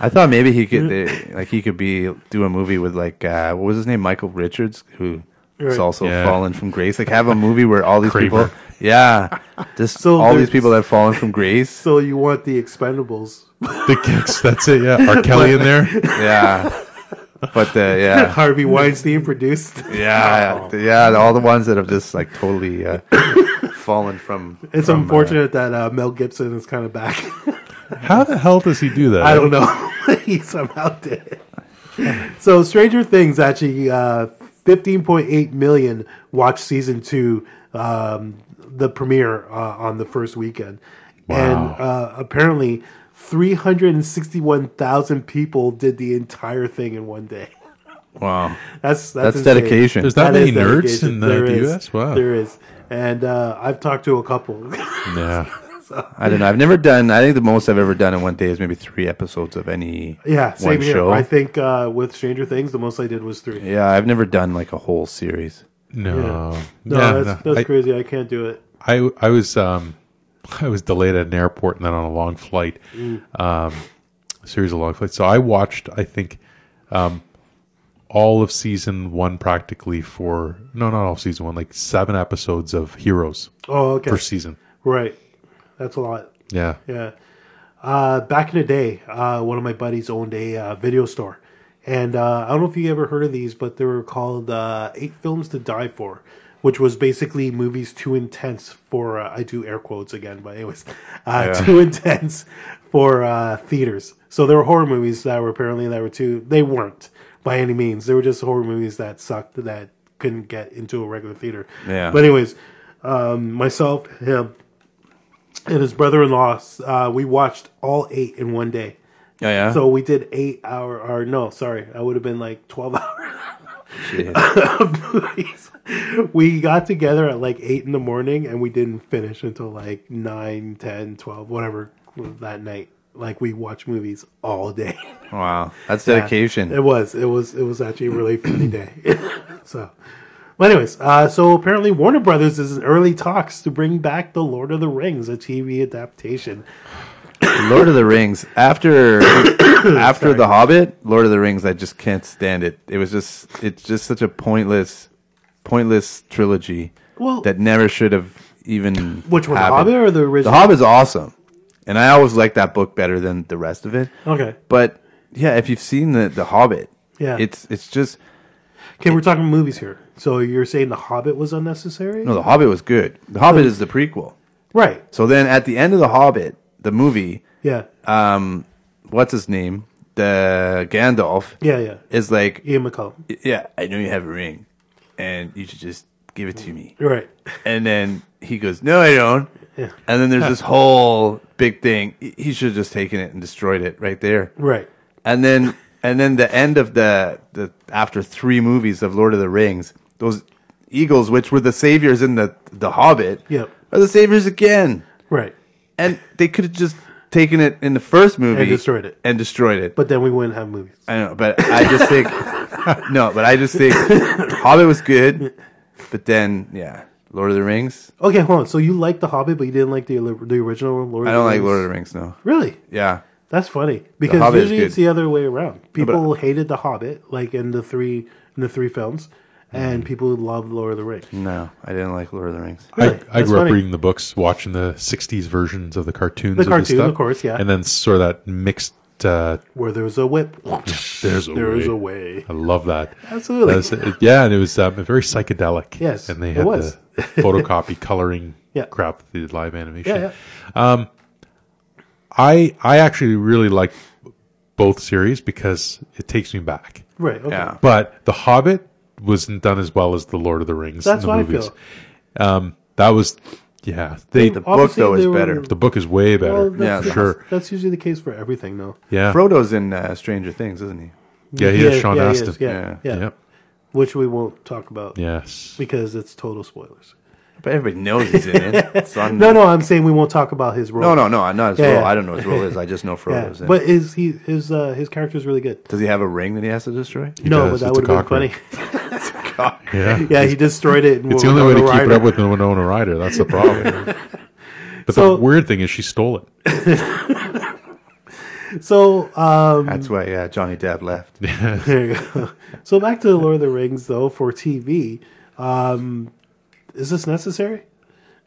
I thought maybe he Mm. could they, like he could be do a movie with like uh, what was his name Michael Richards who Right. has also Yeah. fallen from grace. Like have a movie where all these Kramer. people, <laughs> yeah, just So all there's- these people that have fallen from grace. So you want the Expendables? The kicks. That's it. Yeah. R. Kelly in there. <laughs> Yeah, but uh, yeah, Harvey <laughs> Weinstein produced. yeah, yeah, all the ones that have just like totally <coughs> uh, fallen from. It's from, uh, unfortunate that uh, Mel Gibson is kind of back. How the hell does he do that? <laughs> I don't know. he somehow did it. <laughs> So Stranger Things actually uh, 15.8 million watched season two, um, the premiere uh, on the first weekend, Wow. and uh, apparently 361,000 people did the entire thing in one day. <laughs> Wow. That's that's, That's insane. dedication. There's that many is nerds dedication. in the, There the is. U.S. Wow. there is, and uh, I've talked to a couple. <laughs> Yeah. I don't know. I've never done. I think the most I've ever done in one day is maybe three episodes of any yeah, same one here. show. I think uh, with Stranger Things, the most I did was three. yeah, I've never done like a whole series. No. No, Yeah, that's, no. that's I- crazy. I can't do it. I I was um <laughs> I was delayed at an airport and then on a long flight, um, a series of long flights. So I watched I think, um, all of season one practically for no not all of season one like seven episodes of Heroes Oh, okay. per season. Right. That's a lot. Yeah, Yeah. Uh, back in the day, uh, one of my buddies owned a uh, video store. And uh, I don't know if you ever heard of these, but they were called uh, Eight Films to Die For, which was basically movies too intense for, uh, I do air quotes again, but anyways, uh, <laughs> too intense for uh, theaters. So there were horror movies that were apparently that were too, they weren't by any means. They were just horror movies that sucked, that couldn't get into a regular theater. Yeah. But, anyways, um, myself, him, and his brother-in-law uh, we watched all eight in one day Yeah, yeah. so we did eight hour or no sorry i would have been like 12 <laughs> hours of movies <laughs> we got together at like 8 in the morning and we didn't finish until like 9 10 12 whatever that night like we watched movies all day wow, that's dedication. it was it was it was actually a really funny day <laughs> so but anyways uh, so apparently warner brothers is in early talks to bring back the lord of the rings a tv adaptation Lord of the Rings. <coughs> After after The Hobbit, Lord of the Rings, I just can't stand it. It was just it's just such a pointless pointless trilogy Well- that never should have even Which one, The happened. Hobbit or the original? The Hobbit's awesome. And I always liked that book better than the rest of it. Okay. But yeah, if you've seen the The Hobbit, Yeah. it's it's just Okay, we're talking movies here. So you're saying The Hobbit was unnecessary? no, The Hobbit was good. The Hobbit is the prequel. Right. So then at the end of The Hobbit, the movie, Yeah. um what's his name? The Gandalf yeah, yeah. is like Ian McCallum. yeah, I know you have a ring, and you should just give it to me. You're right. And then he goes, no, I don't. Yeah. And then there's this whole big thing. He- He should have just taken it and destroyed it right there. Right. And then, and then the end of the the after three movies of Lord of the Rings, those eagles, which were the saviors in the the Hobbit, Yep. are the saviors again. Right. And they could have just taken it in the first movie destroyed it. and destroyed it. But then we wouldn't have movies. I know, but I <laughs> just think no, but I just think Hobbit was good, but then yeah, Lord of the Rings. Okay, hold on. So you liked The Hobbit, but you didn't like the the original Lord I of the don't like Rings? Lord of the Rings. No, Really? yeah, That's funny. Because Hobbit is usually it's good. the other way around. People hated The Hobbit, like in the three in the three films, Mm. and people loved Lord of the Rings. no, I didn't like Lord of the Rings. I, Really? I That's grew funny. up reading the books, watching the '60s versions of the cartoons. The of this cartoon, stuff, of course, yeah. and then sort of that mixed. Uh, Where there's a <laughs> whip. there's a There's way. a way. I love that. Absolutely. That's- it- yeah, and it was um, very psychedelic. Yes, and they it had was. <laughs> the photocopy coloring Yeah. crap that they did live animation. Yeah, yeah. I I actually really like both series because it takes me back. Right. Okay. Yeah, But The Hobbit wasn't done as well as The Lord of the Rings. in That's the what I movies. feel. Um, that was yeah. They the the, book though Obviously, is they were- better. book is way better. Well, that's, Yeah, for sure. That's usually the case for everything, though. Yeah, Frodo's in uh, Stranger Things, isn't he? yeah. He is Sean yeah, he Astin. is, yeah, Yeah. yeah. Yep. Which we won't talk about Yes. because it's total spoilers. But everybody knows he's in it. <laughs> It's on, No, no, I'm saying we won't talk about his role. no, no, no. I'm not his Yeah, role. yeah. I don't know his role is. I just <laughs> know Yeah. Frodo's in. But it. is he his uh, his character is really good. Does he have a ring that he has to destroy? does. no, but that It's a would have cockroach. been funny. <laughs> Yeah. yeah, he destroyed it. And It's the only way to keep it up with Winona Ryder. That's the problem. <laughs> But So- the weird thing is, she stole it. So um, That's why yeah, Johnny Depp left. <laughs> there you go. so back to the Lord of the Rings though for TV. Um, is this necessary?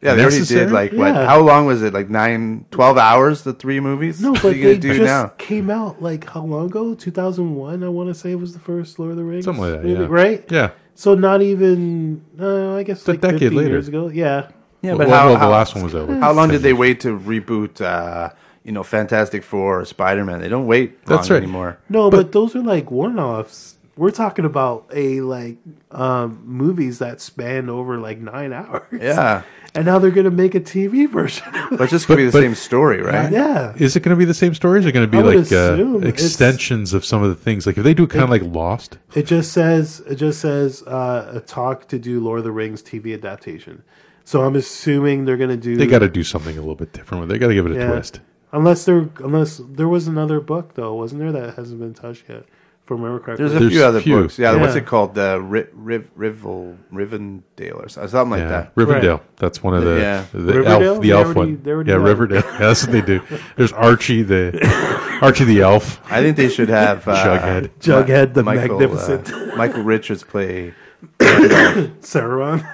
Yeah, they already Necessary? did like what? Yeah. How long was it? Like nine, 12 hours? The three movies? No, What but are you gonna they do just now? came out like how long ago? Two thousand one, I want to say was the first Lord of the Rings, Something like that. maybe, yeah. right? Yeah. So not even uh, I guess a like decade 15 later. years ago. Yeah. Yeah, well, well, the last one was over. How long did they wait to reboot? Uh, you know, Fantastic Four or Spider Man. They don't wait That's long right. anymore. No, but, those are like one-offs. we're talking about a like um, movies that span over like nine hours. Yeah. <laughs> and now they're gonna make a TV version. <laughs> But it's just going to be the But- same story, right? yeah, Is it going to be the same stories? Are going to be I would like assume uh, it's- extensions of some of the things? Like if they do kind of like Lost, it just says it just says uh, a talk to do Lord of the Rings TV adaptation. So I'm assuming they're gonna do. they got to do something a little bit different. with it. They got to give it a Yeah. twist. unless there unless there was another book though, wasn't there that hasn't been touched yet? If I remember correctly, There's a There's few other few. books. Yeah, what's Yeah. it called? The Riv, Riv, Rivel, Rivendale or so- something like yeah, that. Riverdale. That's one of the Yeah. the Riverdale? elf, the They elf already- one. they already yeah, done it. Riverdale. <laughs> Yeah, that's what they do. There's Archie <laughs> the Archie the elf. I think they should have uh, Jughead. Jughead the Michael, Magnificent. <laughs> uh, Michael Richards play. Sauron.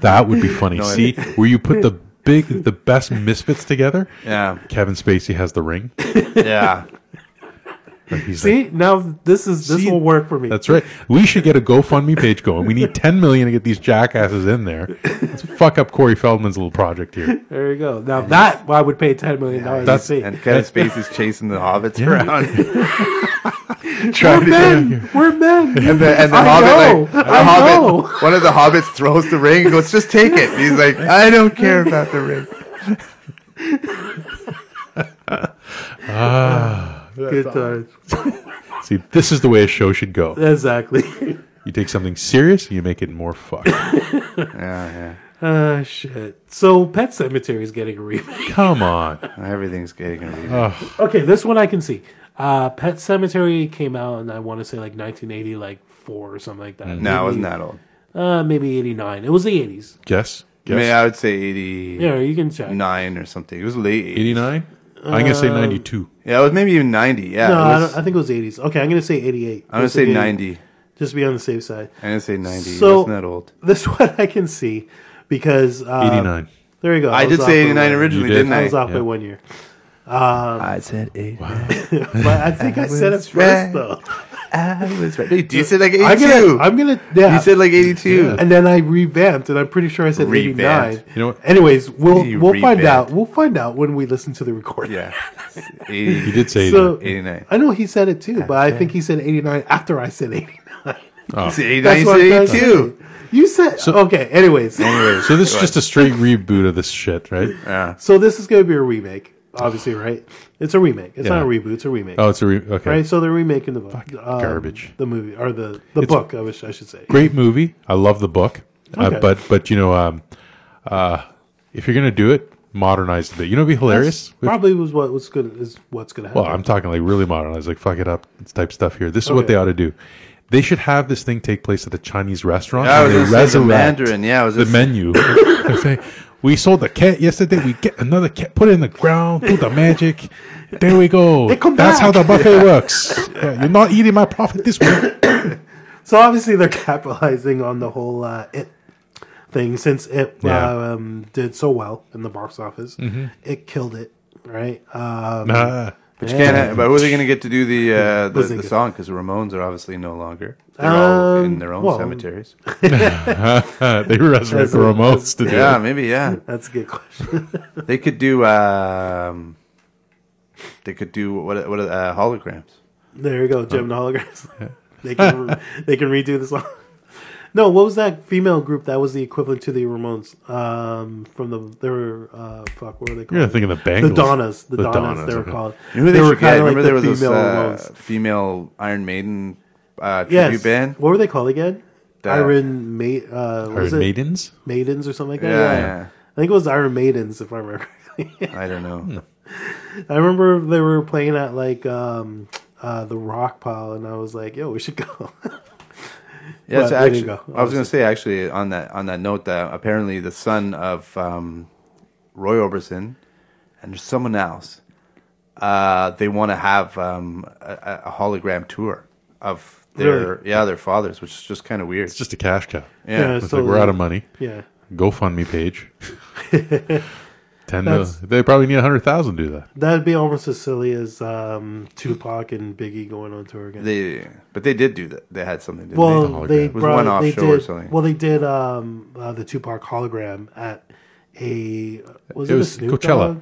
That would be funny. No, I- See where you put the big the best misfits together. <laughs> Yeah, Kevin Spacey has the ring. yeah. He's See now this is this See, will work for me. That's right. We should get a GoFundMe page going. We need 10 million to get these jackasses in there. Let's fuck up Corey Feldman's little project here. There you go. Now that I would pay ten million dollars to That's- see. And Kevin Spacey's chasing the hobbits Yeah. around, We're trying to get him. men. We're <laughs> men. And the, and the I hobbit, know. like, the I hobbit, know. one of the hobbits throws the ring and goes, "Just take it." And <laughs> he's like, "I don't care about the ring." Good times. See, this is the way a show should go. Exactly. <laughs> You take something serious and you make it more fucked. Yeah, Ah, shit. So Pet Cemetery is getting a remake. <laughs> Come on. yeah. Everything's getting a remake. Ah, Okay, this one I can see. Uh, Pet Cemetery came out, and I want to say like 1980, like four or something like that. no, it Maybe- wasn't that old. Uh, maybe 89. It was the 80s. Guess? I mean, Guess? I would say eighty-nine Yeah, you can check. or something. It was late. 80s. 89? I'm going to say 92. Yeah, it was maybe even ninety. Yeah, no, it I, was- don't, I think it was 80s. Okay, I'm gonna say 88. I'm gonna Just say to be- ninety. Just to be on the safe side. <laughs> I'm gonna say So- ninety. it wasn't that old. This one I can see because uh, 89. There you go. I was did off say by eighty-nine one. originally, did. did. not I I? was off Yeah. by one year, I said eight. but I <laughs> think I, said it was first right. though. I <laughs> was right. Dude, you said like I'm 82 gonna, I'm gonna, yeah. you said like eighty-two. and then I revamped, and I'm pretty sure I said Revamped. 89. You know what? Anyways, we'll You we'll find revamped. out. We'll find out when we listen to the recording. Yeah. <laughs> You 80, did say So 89. 89. I know he said it too, but I think he said 89 after I said 89. You <laughs> said 89, That's you what said I'm trying to 82. say. You said okay. Anyways, Anyways, So this is right. just a straight reboot of this shit, right? Yeah. so this is going to be a remake, obviously, right? It's a remake. It's not a Yeah. reboot. It's a remake. Oh, it's a re- okay. Right, so they're remaking the book, um, garbage. the movie or the the book. I wish I should say. great movie. I love the book, Okay. uh, but but you know, um, uh, if you're gonna do it, modernize it. a bit. You know, what'd be That's hilarious. If- probably was what was good is what's gonna happen. well, I'm talking like really modernize, like fuck it up type stuff here. This is what Okay. they ought to do. They should have this thing take place at a Chinese restaurant. Yeah, I was and they gonna say the resurrect Mandarin. Yeah, I was the just- menu. <laughs> They say, we sold the cat yesterday. We get another cat, put it in the ground, do the magic. There we go. come That's how back. the <laughs> buffet works. Yeah, you're not eating my profit this week. So obviously they're <laughs> capitalizing on the whole uh, it thing since it Yeah. Mm-hmm. um, did so well in the box office. It killed it, right? Um, Nah. <laughs> But you can't have- but who are they going to get to do the uh, the, Was it the good? song? Because the Ramones are obviously no longer. They're all in Um, their own well- <laughs> cemeteries. they resurrect the remotes to do Yeah, it. maybe. Yeah, That's a good question. <laughs> they could do. Um, they could do what? What uh, holograms? there you go, <laughs> Jim and Holograms. <laughs> they can re- they can redo this song. <laughs> No, what was that female group that was the equivalent to the Ramones um, from the their uh, fuck? What were they called? You're thinking the Bengals. the Donnas. The, Donnas, They were okay. called. You know who they, should kinda get? Remember there was this uh, Ramones. female Iron Maiden uh, tribute Yes. <laughs> band. What were they called again? The- Iron Ma- uh, what Iron was it? Maidens? Maidens or something like that. Yeah, yeah. I think it was Iron Maidens if I remember. correctly. <laughs> I don't Hmm. know. I remember they were playing at like um, uh, the Rock Pile, and I was like, "Yo, we should go." <laughs> Yeah, so But there you actually, go. I was going to say actually on that on that note that apparently the son of um, Roy Orbison and someone else, uh, they want to have um, a, a hologram tour of their yeah their fathers, which is just kind of weird. It's just a cash cow. yeah, It's so- like we're out of money. yeah. GoFundMe <laughs> page. Ten mil. That's- They probably need a hundred thousand to do that. That'd be almost as silly as um, Tupac and Biggie going on tour again. they but they did do that. They had something. Didn't well, hologram. they It was brought- one off they show or did- something. Well, they did um, uh, the Tupac hologram at a was it, was a Snoop Coachella. Dogg?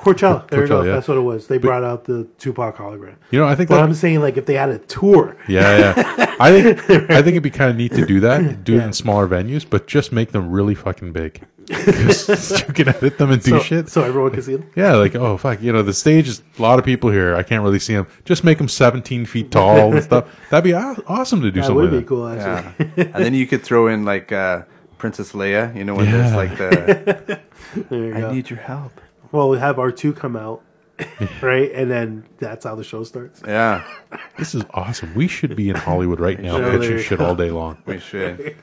Coachella. There you go. Coachella, yeah. That's what it was. They brought out the Tupac hologram. You know, I think But that- I'm saying like if they had a tour, <laughs> Yeah, yeah. I think I think it'd be kind of neat to do <laughs> that, do it in smaller venues, but just make them really fucking big. <laughs> 'Cause you can edit them and do so, shit. so everyone can see them. yeah, like oh fuck, you know the stage is a lot of people here. I can't really see them. Just make them seventeen feet tall and <laughs> stuff. That'd be aw- awesome to do That something. like would be that. cool actually. Yeah. and then you could throw in like uh, Princess Leia, you know, when Yeah. there's <laughs> like the <laughs> There you go. I need your help. well, we have our two come out, <laughs> right, and then that's how the show starts. Yeah, This is awesome. We should be in Hollywood right now, Yeah, there pitching you shit go. all day long. we should.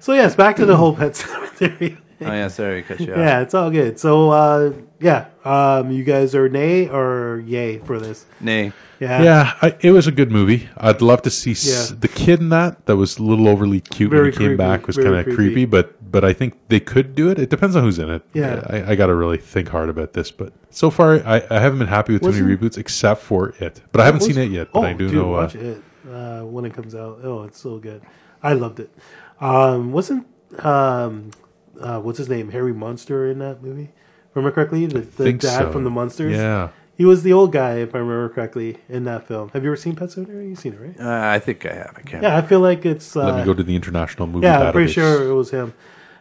So yes, back to the whole pet <laughs> cemetery. Oh yeah, sorry, cut you off. Yeah, it's all good. So uh, yeah, um, you guys are nay or yay for this? Nay, Yeah, Yeah, I, it was a good movie. I'd love to see s- Yeah. the kid in that. That was a little overly cute Very when he came creepy, back. Was very kind of creepy. creepy. but but I think they could do it. It depends on who's in it. Yeah. I, I got to really think hard about this. But so far, I, I haven't been happy with too many Wasn't- reboots except for it. But I haven't seen it yet. But oh, I do dude, know. Uh, watch it uh, when it comes out. Oh, it's so good. I loved it. Um, wasn't um, uh, what's his name Harry Munster in that movie? Remember correctly, the, the think dad so. from the Munsters. Yeah. he was the old guy, if I remember correctly, in that film. Have you ever seen Pet Cemetery? You've seen it, right? uh, I think I have. I can't. Yeah, I feel like it's. Uh, Let me go to the international movie. yeah, I'm pretty database. sure it was him.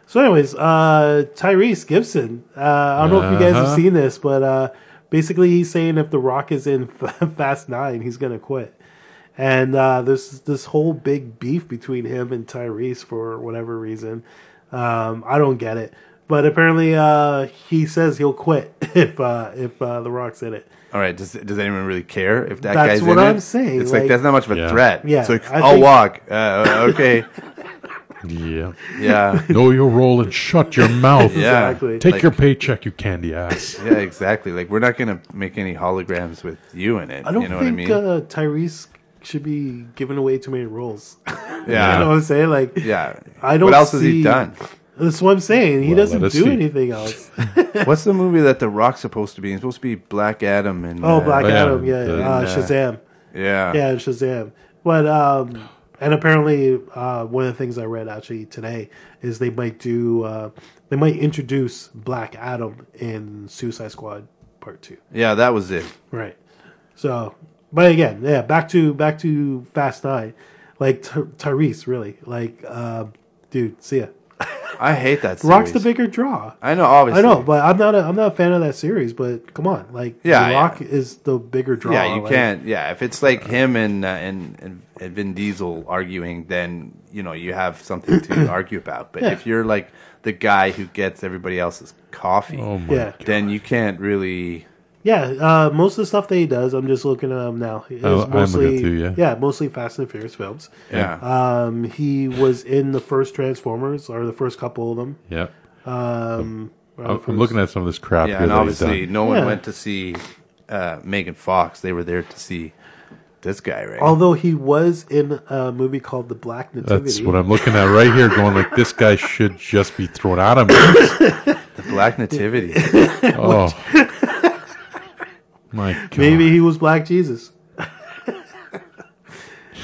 So, anyways, uh, Tyrese Gibson. Uh, I don't know if you guys Uh-huh. have seen this, but uh, basically, he's saying if The Rock is in <laughs> Fast Nine, he's gonna quit. And uh, there's this whole big beef between him and Tyrese for whatever reason. Um, I don't get it, but apparently, uh, he says he'll quit <laughs> if uh, if uh, The Rock's in it. All right. Does Does anyone really care if that That's guy's what in I'm it? saying, It's like, like- that's not much of a Yeah. threat. Yeah, It's like, I I'll think- walk. Uh, <laughs> okay. Yeah. yeah. know your role and shut your mouth. Yeah. <laughs> Exactly. Take Like- your paycheck, you candy ass. <laughs> Yeah. Exactly. Like we're not gonna make any holograms with you in it. I don't you know think what I mean? uh, Tyrese should be giving away too many roles. <laughs> yeah. you know what I'm saying? Like, yeah. I don't. What else has he see- <laughs> done? That's what I'm saying. He Well, doesn't let do us see. <laughs> anything else. What's the movie that The Rock's supposed to be? He's supposed to be Black Adam and Oh, uh, Black Oh, yeah. Adam, yeah, The- uh, And, uh, Shazam, Yeah. yeah, Shazam. But um, and apparently, uh, one of the things I read actually today is they might do, uh, they might introduce Black Adam in Suicide Squad Part Two, Yeah, that was it. right? So, but again, yeah, back to back to Fast Nine, like Ty- Tyrese, really, like, uh, dude, see ya. I hate that. Series. Rock's the bigger draw. I know, obviously. I know, but I'm not a, I'm not a fan of that series. But come on, like Yeah, The yeah. Rock is the bigger draw. yeah, you Oh, like, can't. Yeah, if it's like him and, uh, and and and Vin Diesel arguing, then you know you have something to argue about. But Yeah. if you're like the guy who gets everybody else's coffee, Oh my. Yeah, then you can't really. yeah. Uh, most of the stuff that he does, I'm just looking at him now. Is Oh, I'm looking mostly too, yeah. mostly Fast and Furious films. Yeah, Um, he was in the first Transformers or the first couple of them. Yeah. Um, or the I'm, I'm first- looking at some of this crap. yeah, here and that he's obviously done. no one Yeah. went to see uh, Megan Fox. They were there to see this guy, right? Although he was in a movie called The Black Nativity. That's what I'm looking at right here, going like, this guy should just be thrown out <laughs> of me. the Black Nativity. Oh. <laughs> My God. Maybe he was Black Jesus. <laughs>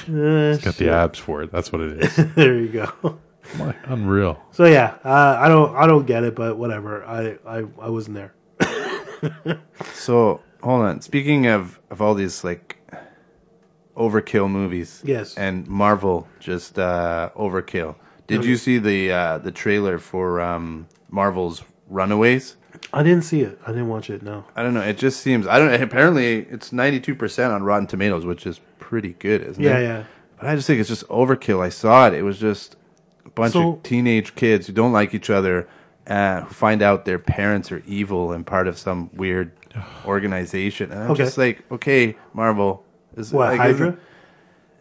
Got the abs for it. That's what it is. There you go. <laughs> My, unreal. So yeah, uh, I don't I don't get it, but whatever. I I, I wasn't there. So hold on. Speaking of of all these like overkill movies, Yes. and Marvel just uh, overkill. Did you see the uh, the trailer for um, Marvel's Runaways? I didn't see it. I didn't watch it. No. I don't know. It just seems I don't. Apparently, it's ninety two percent on Rotten Tomatoes, which is pretty good, isn't Yeah, it? yeah. But I just think it's just overkill. I saw it. It was just a bunch So- of teenage kids who don't like each other, uh, who find out their parents are evil and part of some <sighs> weird organization. And I'm Okay. just like, okay, Marvel. Is, What like, Hydra? isn't-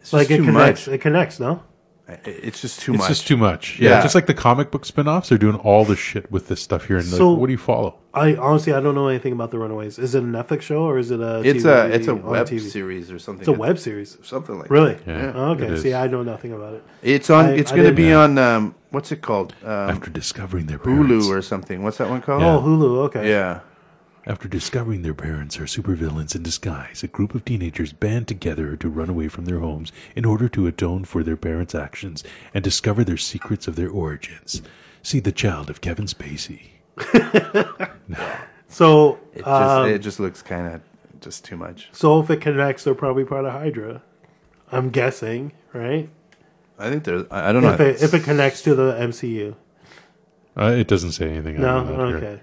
It's just like it too connects. much. It connects. No. I- It's just too It's much. just too much. Yeah. Yeah. Just like the comic book spin offs, they're doing all this shit with this stuff here. And So- like, what do you follow? I honestly I don't know anything about the Runaways. Is it a Netflix show or is it a? it's TV a it's a on web TV? series or something. It's a web series. something like Really? Yeah, Oh, it okay. is. See, I know nothing about it. That. It's on. I- it's I going to didn't- be on um what's it called um, After discovering their parents. Hulu or something. What's that one called? Oh, Hulu. Okay. yeah. After discovering their parents are supervillains in disguise, a group of teenagers band together to run away from their homes in order to atone for their parents' actions and discover their secrets of their origins. See the child of Kevin Spacey. So, It just, um, it just looks kind of just too much. so if it connects, they're probably part of Hydra. I'm guessing, right? I think there's. I I don't know. If it, if it connects to the MCU, Uh, it doesn't say anything. no, I don't know here. okay,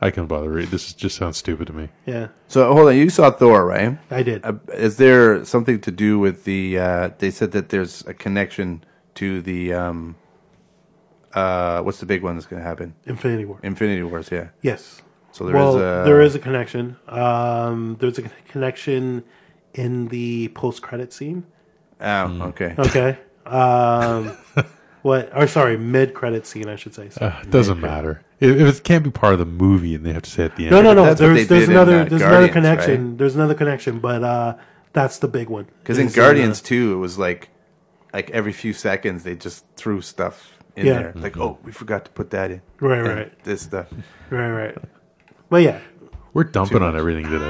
I can bother read. This is, just sounds stupid to me. yeah, so hold on. You saw Thor, right? I did. Uh, Is there something to do with the? Uh, they said that there's a connection to the. Um, uh, what's the big one that's going to happen? Infinity War. Infinity Wars. Yeah. Yes. So there is well, a. there is a connection. Um, there's a con- connection in the post-credit scene. Oh, okay. Okay. um, what? Or sorry, mid-credit scene, I should say. Sorry. Uh, it doesn't matter. If, if it can't be part of the movie and they have to say at the end. no, no, no. that's what There's they there's did in, another uh, there's another Guardians, connection. There's another connection, but uh, that's the big one. Because in Is, uh, Guardians too, it was like, like every few seconds they just threw stuff in Yeah. there. Like, oh, we forgot to put that in. Right, And right. This stuff. right, right. But yeah, We're dumping on everything today.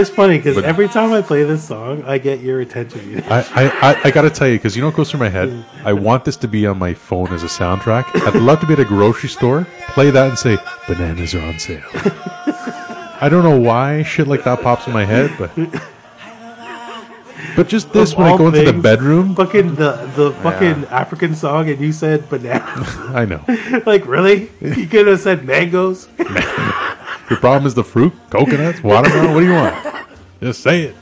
it's funny because every time I play this song, I get your attention. I, I, I, I got to tell you, because you know what goes through my head? I want this to be on my phone as a soundtrack. I'd love to be at a grocery store, play that, and say, bananas are on sale. I don't know why shit like that pops in my head, but. But just this, Of when I all go into the things, bedroom, Fucking the the fucking African song, and you said bananas. I know. <laughs> like really? You could have said mangoes. Your problem is the fruit, coconuts, watermelon. What do you want? Just say it.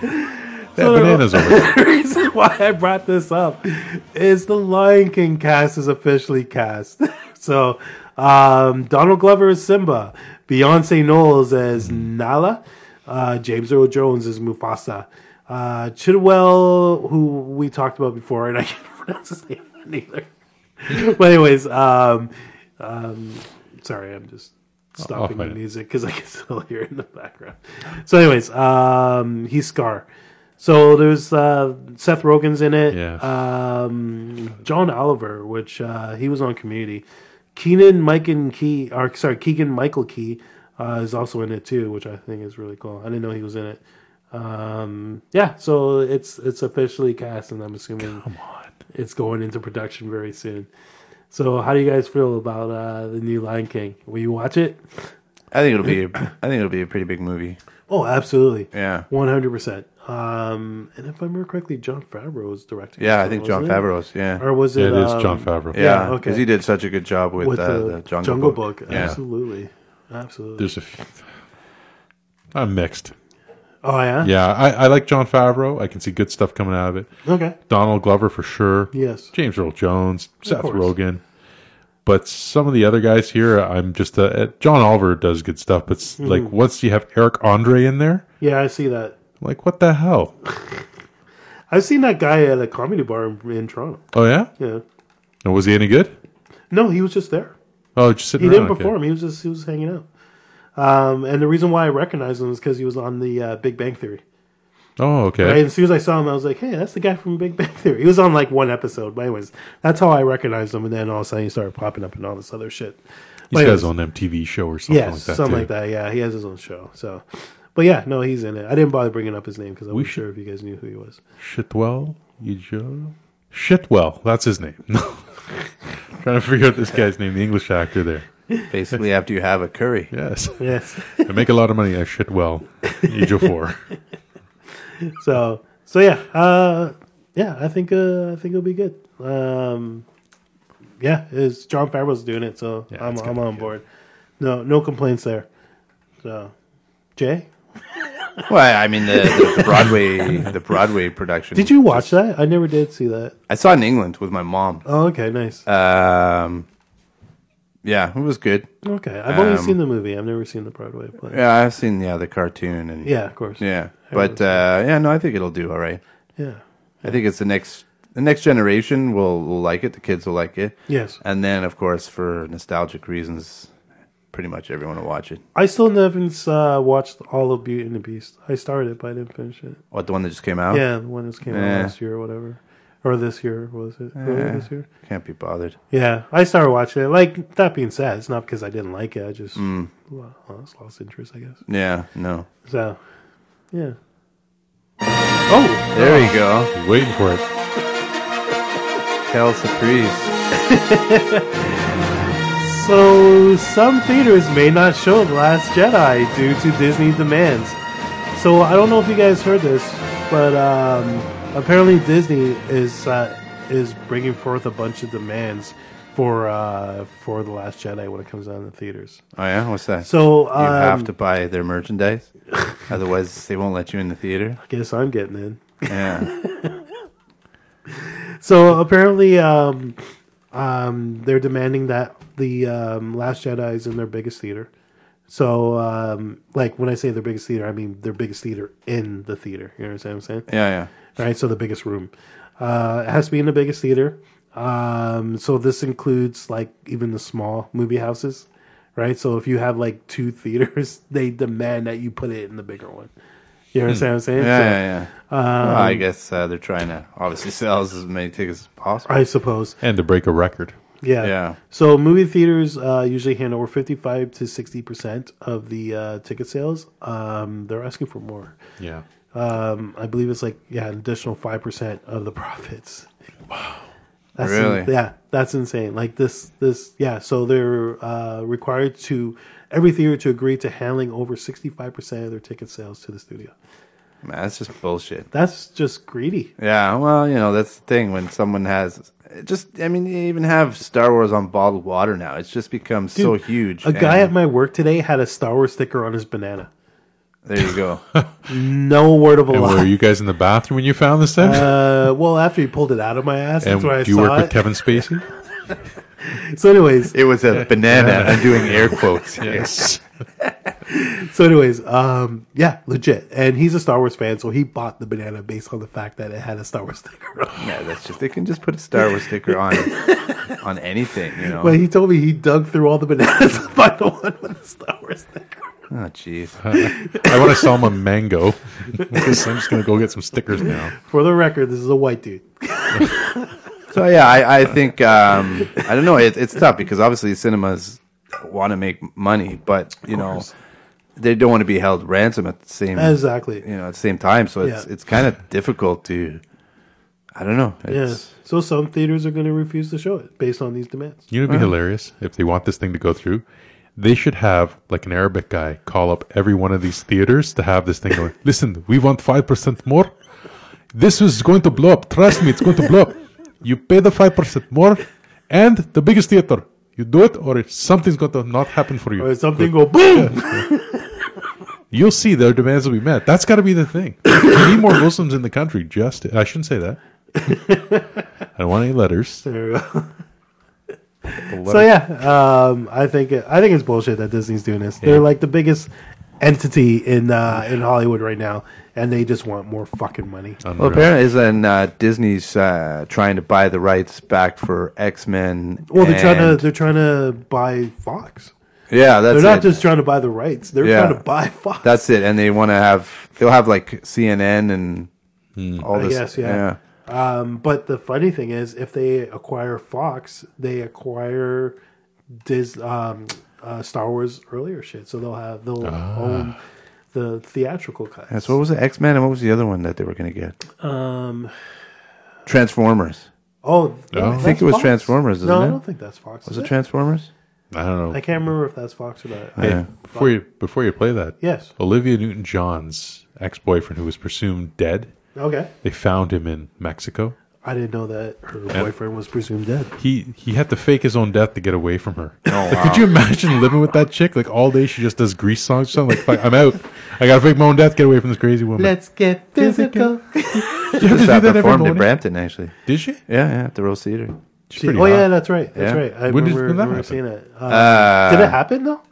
That So- uh, bananas over there. The reason <laughs> why I brought this up is the Lion King cast is officially cast. <laughs> So um, Donald Glover is Simba, Beyonce Knowles as Nala, uh, James Earl Jones is Mufasa, uh, Chidwell, who we talked about before, and I <laughs> can't pronounce his name either. <laughs> but anyways, um, um, sorry, I'm just stopping the minute. music because I can <laughs> still hear it in the background. So, anyways, um, he's Scar. So there's uh, Seth Rogen's in it. Yes. Um, John Oliver, which uh, he was on Community. Keenan Mike and Key, or sorry, Keegan Michael Key uh, is also in it too, which I think is really cool. I didn't know he was in it. Um, yeah, so it's it's officially cast, and I'm assuming it's going into production very soon. So, how do you guys feel about uh, the new Lion King? Will you watch it? I think it'll be. a- I think it'll be a pretty big movie. Oh, absolutely. Yeah. One hundred percent. Um, and if I remember correctly, John Favreau was directing. Yeah, it, I think John wasn't it? Favreau's. Yeah. Or was Yeah, it? it is um, John Favreau. yeah, yeah, because okay. he did such a good job with, with uh, the, the Jungle, Book. Yeah. Absolutely, absolutely. There's a. F- I'm mixed. Oh yeah. Yeah, I, I like John Favreau. I can see good stuff coming out of it. Okay. Donald Glover for sure. Yes. James Earl Jones, Seth course. Rogen. But some of the other guys here, I'm just uh uh, John Oliver does good stuff, but Hmm. s like once you have Eric Andre in there, Yeah, I see that. I'm like what the hell? I've seen that guy at a comedy bar in, in Toronto. Oh yeah, Yeah. and was he any good? No, he was just there. Oh, just sitting. He didn't around, okay. perform. He was just he was hanging out. Um, and the reason why I recognized him is because he was on the uh, Big Bang Theory. Oh, okay. Right? As soon as I saw him, I was like, "Hey, that's the guy from Big Bang Theory." <laughs> He was on like one episode, but anyways, that's how I recognized him. And then all of a sudden, he started popping up in all this other shit. He's But got his anyways, own MTV show or something yes, like that. something too. like that. Yeah, he has his own show. So, but yeah, no, he's in it. I didn't bother bringing up his name because I wasn't sure if you guys knew who he was. <laughs> Shitwell, you Joe? Shitwell, that's his name. <laughs> Trying to figure out this guy's name, the English actor there. Basically, after you have a curry. Yes, Yes. I make a lot of money. I Shitwell, you Joe four. <laughs> so, so yeah, uh, yeah, I think uh, I think it'll be good. Um, yeah, it's John Favreau's doing it, so Yeah, I'm it's I'm gonna be on good. board. No, no complaints there. So, Jay, Well, I mean the, the Broadway, the Broadway production. Did you watch that? I never did see that. I saw it in England with my mom. Oh, okay, nice. Um, yeah, it was good. okay, I've only um, seen the movie. I've never seen the Broadway play. Yeah, Yeah, I've seen yeah the cartoon and of course. yeah, but uh, yeah, no, I think it'll do all right. yeah. I think it's the next the next generation will, will like it. The kids will like it. Yes. And then, of course, for nostalgic reasons, pretty much everyone will watch it. I still haven't uh, watched all of Beauty and the Beast. I started, but I didn't finish it. What the one that just came out? Yeah, the one that came Oh. Yeah. out last year or whatever, or this year was it? Was it this year? Can't be bothered. Yeah, I started watching it. Like that being said, it's not because I didn't like it. I just Mm. well, I just lost interest, I guess. Yeah. No. So, yeah. Oh, there you go, Waiting for it. Cal Surprise. So, some theaters may not show The Last Jedi due to Disney demands. So, I don't know if you guys heard this, but um, apparently Disney is uh, is bringing forth a bunch of demands for uh, for The Last Jedi when it comes out in the theaters. Oh yeah, what's that? So, you have um, to buy <laughs> their merchandise, otherwise they won't let you in the theater. guess I'm getting in. Yeah, So apparently, um, um, they're demanding that the um, Last Jedi is in their biggest theater. So, um, like when I say their biggest theater, I mean their biggest theater in the theater. You understand what I'm saying? <laughs> yeah, All right, <laughs> so the biggest room. Uh, it has to be in the biggest theater. Um, so this includes like even the small movie houses, right? So if you have like two <laughs> theaters, they demand that you put it in the bigger one. You understand what I'm saying? Hmm. yeah, yeah, So- yeah. yeah. Well, um, I guess uh, they're trying to obviously <laughs> sell as many tickets as possible. I suppose. and to break a record. Yeah. Yeah. So movie theaters uh, usually hand over 55 to 60 percent of the uh, ticket sales. Um, they're asking for more. Yeah. Um, I believe it's like yeah, an additional five percent of the <laughs> profits. Wow. That's in- Really? yeah, that's insane. Like this, this yeah. So they're uh, required to every theater to agree to handling over 65 percent of their ticket sales to the studio. Man, that's just bullshit. That's just greedy. Yeah, well, you know that's the thing when someone has just. I mean, you even have Star Wars on bottled water now. It's just become so Dude, huge. A guy at and my work today had a Star Wars sticker on his banana. there <laughs> you go. No word of a And lie. were you guys in the bathroom when you found this thing? Uh, well, after he pulled it out of my ass, and that's why I do you saw work it. with Kevin Spacey? so, anyways, It was a banana. I'm doing <laughs> air quotes. <laughs> here. yes. so anyways, um, yeah, legit. And he's a Star Wars fan, so he bought the banana based on the fact that it had a Star Wars sticker. on it. Yeah, that's just. They can just put a Star Wars sticker on <laughs> on anything. You know. But he told me he dug through all the bananas <laughs> to find the one with the Star Wars sticker. oh, jeez. I want to sell him a mango. <laughs> Because I'm just going to go get some stickers now. For the record, this is a white <clears throat> dude. So yeah, I, I think um, I don't know. It, it's tough because obviously cinemas want to make money, but you know they don't want to be held ransom at the same Exactly. you know at the same time. So it's Yeah. it's kind of difficult to I don't know. Yeah. It's, So some theaters are going to refuse to show it based on these demands. You know, it'd be hilarious if they want this thing to go through. They should have like an Arabic guy call up every one of these theaters to have this thing going. Listen, we want five percent more. This is going to blow up. Trust me, it's going to blow up. You pay the five percent more, and the biggest theater. You do it, or it's- something's going to not happen for you. Or something go boom. You'll see their demands will be met. That's got to be the thing. we need more Muslims in the country. Just I shouldn't say <laughs> that. I don't want any letters. There we go. so yeah, um, I think it, I think it's bullshit that Disney's doing this. They're like the biggest entity in uh, in Hollywood right now, and they just want more fucking money. well, apparently, isn't uh, Disney's uh, trying to buy the rights back for X Men? well, they're trying to they're trying to buy Fox. yeah, that's They're not it. just trying to buy the rights; they're Yeah. trying to buy Fox. that's it, and they want to have they'll have like CNN and all this. guess, yeah. um, but the funny thing is, if they acquire Fox, they acquire Dis um, uh, Star Wars earlier shit, so they'll have they'll own the theatrical cuts. Ah. That's what was it? X Men, and what was the other one that they were going to get? Um, Transformers. Oh, No? I think that's it was Transformers, isn't no, I it? don't think that's Fox. Was is it Transformers? I don't know. I can't remember if that's Fox or not. Hey, before you before you play that, Yes. Olivia Newton John's ex boyfriend, who was presumed dead, Okay, they found him in Mexico. I didn't know that her boyfriend was presumed dead. He he had to fake his own death to get away from her. like, Could you imagine living with that chick? Like all day, she just does grease songs. Or something like, "Fuck, I'm out. I gotta fake my own death. Get away from this crazy woman. get physical. <laughs> you have to Just do that that every performed in morning? Brampton, actually. Did she? Yeah, yeah, at the Rose Theater. She's pretty oh yeah, hot. that's right. That's Yeah. right. I When did- remember, when that remember happen? seeing it. Uh, did it happen though?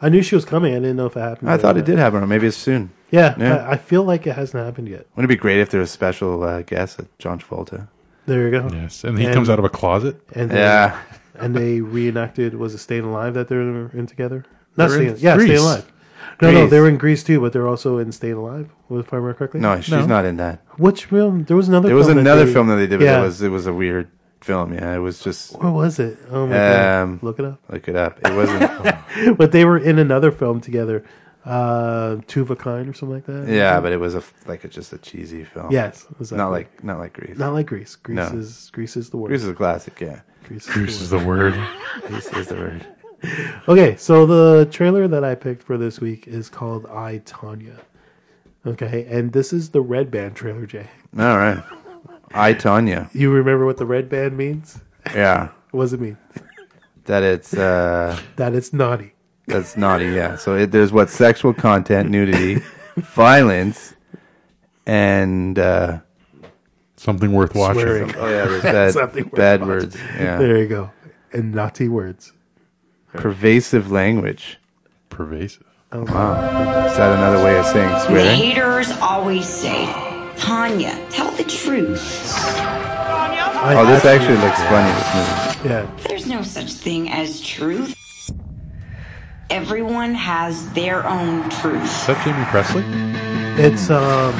I knew she was coming. I didn't know if it happened. I or thought it not. did happen, or maybe it's soon. Yeah, Yeah. I, I feel like it hasn't happened yet. Wouldn't it be great if there was a special uh, guest at John Travolta? There you go. Yes, and he comes out of a closet. And they, Yeah. and they reenacted was it Staying Alive that they're in together? Not They're in Staying, yeah, Greece. Staying Alive. No, no, Greece. they were in Greece too, but they're also in Staying Alive. If I remember correctly, No, she's No. not in that. Which film? There was another. There was film that another they- film that they did, but yeah. it was it was a weird film. Yeah, it was just What was it? Oh my Um, god! Look it up. <laughs> look it up. It wasn't. But they were in another film together, uh, Two of a Kind or something like that. yeah, but it was a f- like a, just a cheesy film. Yes, not exactly. like not like Grease. not like Greece. Greece No. is Greece is the word. Grease is a classic. Yeah, Greece <laughs> is the Grease is the word. Grease is the word. Okay, so the trailer that I picked for this week is called I Tanya. Okay, and this is the red band trailer, Jay. All right. I Tanya. You remember what the red band means? Yeah. What does it mean? That it's uh That it's naughty. that's naughty, yeah. So it, there's what sexual <laughs> content, nudity, violence, and uh Something worth watching. Swearing. oh yeah, there's bad, Something worth bad watching. words. Yeah. There you go. And naughty words. Pervasive language. Pervasive. Is that another way of saying The swearing? haters always say, Tanya, tell the truth. Oh, this actually looks funny, this movie. Yeah, There's no such thing as truth. Everyone has their own Is truth. that Jamie Presley? it's um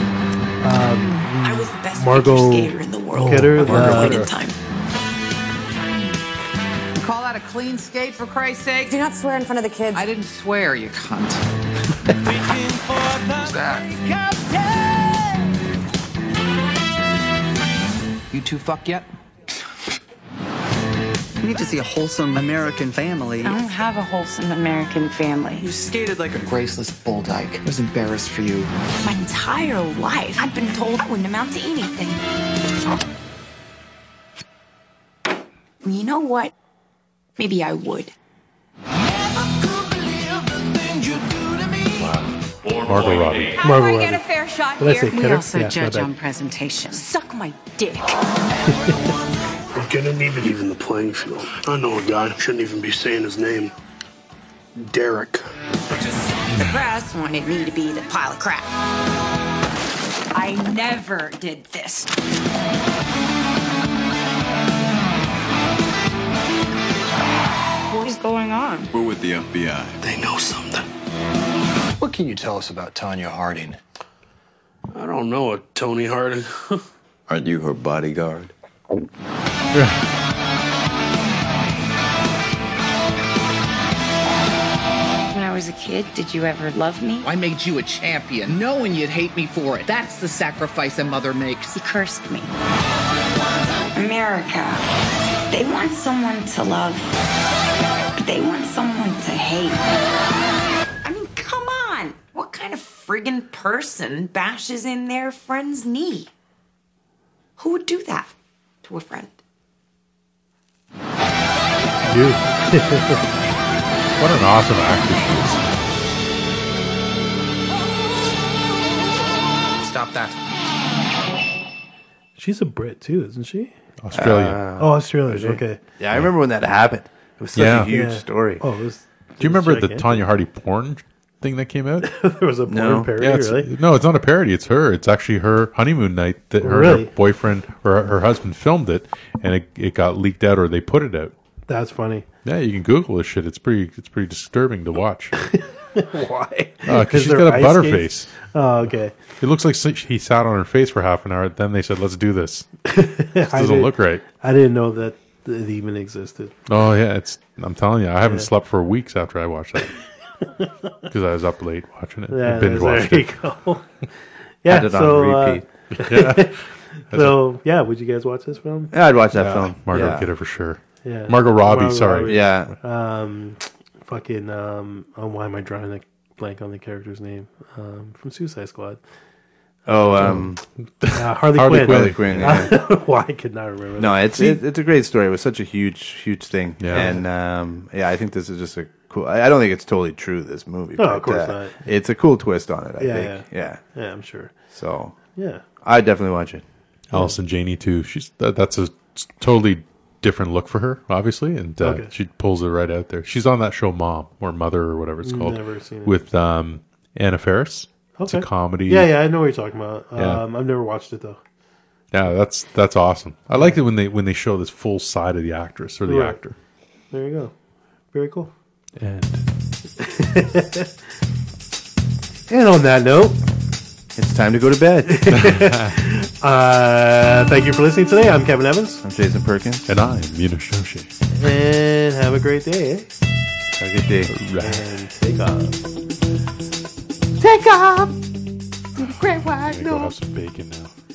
I was the best Margot figure skater in the world. Kidder, I never the- waited time. Call that a clean skate for Christ's sake? Do not swear in front of the kids. I didn't swear, you cunt. You two fuck yet? You need to see a wholesome American family. I don't have a wholesome American family. You skated like a graceless bull dyke. I was embarrassed for you. My entire life, I've been told I wouldn't amount to anything. Well, You know what? Maybe I would. Margot Robbie. Margot Robbie. fair shot Did I say Kidder? We also Yeah, my judge bad. on presentation. Suck my dick. We're gonna need to even the playing field. I know a guy shouldn't even be saying his name. Derek. The press wanted me to be the pile of crap. I never did this. What is going on? We're with the FBI. They know something. What can you tell us about Tanya Harding? I don't know a Tony Harding. Aren't you her bodyguard? When I was a kid, did you ever love me? I made you a champion, knowing you'd hate me for it. That's the sacrifice a mother makes. You cursed me. America. They want someone to love, but they want someone to hate. I mean, come on. What kind of friggin' person bashes in their friend's knee? Who would do that to a friend? you. What an awesome actor Stop that. She's a Brit too, isn't she? she is. Australian. Oh, Australian. Okay. Yeah, I remember when that happened. It was such Yeah. a huge Yeah. story. Oh, it was, Do you remember the gigantic. <laughs> Tanya Hardy porn thing that came out? there was a porn No. parody, Yeah, it's, really? no, it's not a parody. It's her. It's actually her honeymoon night that her, Really? her boyfriend or her husband filmed it, and it, it got leaked out or they put it out. That's <laughs> funny. Yeah, you can Google this shit. It's pretty. It's pretty disturbing to <laughs> watch. Why? Because Uh, she's they're got a ice butterface. skates? Oh, okay. It looks like si- he sat on her face for half an hour. Then they said, "Let's do <laughs> this." This I doesn't did- look right. I didn't know that it even existed. Oh yeah, it's. I'm telling you, I haven't slept for weeks after I watched <laughs> that because I was up late watching it. Yeah, and binge there watched you it. go. <laughs> yeah, Had it on so, uh, repeat. so yeah, would you guys watch this film? yeah, I'd watch that film. Margot yeah. Kidder for sure. Yeah. Margot Robbie. Margot sorry, Robbie. Yeah. Um, fucking, um, oh, why am I drawing a blank on the character's name? Um, from Suicide Squad. Oh, um, <laughs> Uh, Harley, Harley Quinn. Harley Quinn. yeah. Why I could not remember. No, it's it, it's a great story. It was such a huge, huge thing. Yeah. And um, yeah, I think this is just a cool. I, I don't think it's totally true. This movie. uh, No, of course not. It's a cool twist on it. I Yeah, think. Yeah. that. Yeah, I'm sure. So Yeah. I definitely watch it. Allison Janney too. She's that, that's a totally different look for her, obviously, and uh, Okay. she pulls it right out there. She's on that show, Mom or Mother or whatever it's called, Never seen it. with um, Anna Faris. It's a Okay. comedy. Yeah, yeah, I know what you're talking about. Yeah. Um, I've never watched it though. Yeah, that's that's awesome. I liked it when they when they show this full side of the actress or the Right. actor. There you go. Very cool. And And on that note, It's time to go to bed. <laughs> uh, thank you for listening today. I'm Kevin Evans, I'm Jason Perkins. and I'm Munashoshi. and have a great day. eh? Have a good day. And take off. I'm gonna go have some bacon now.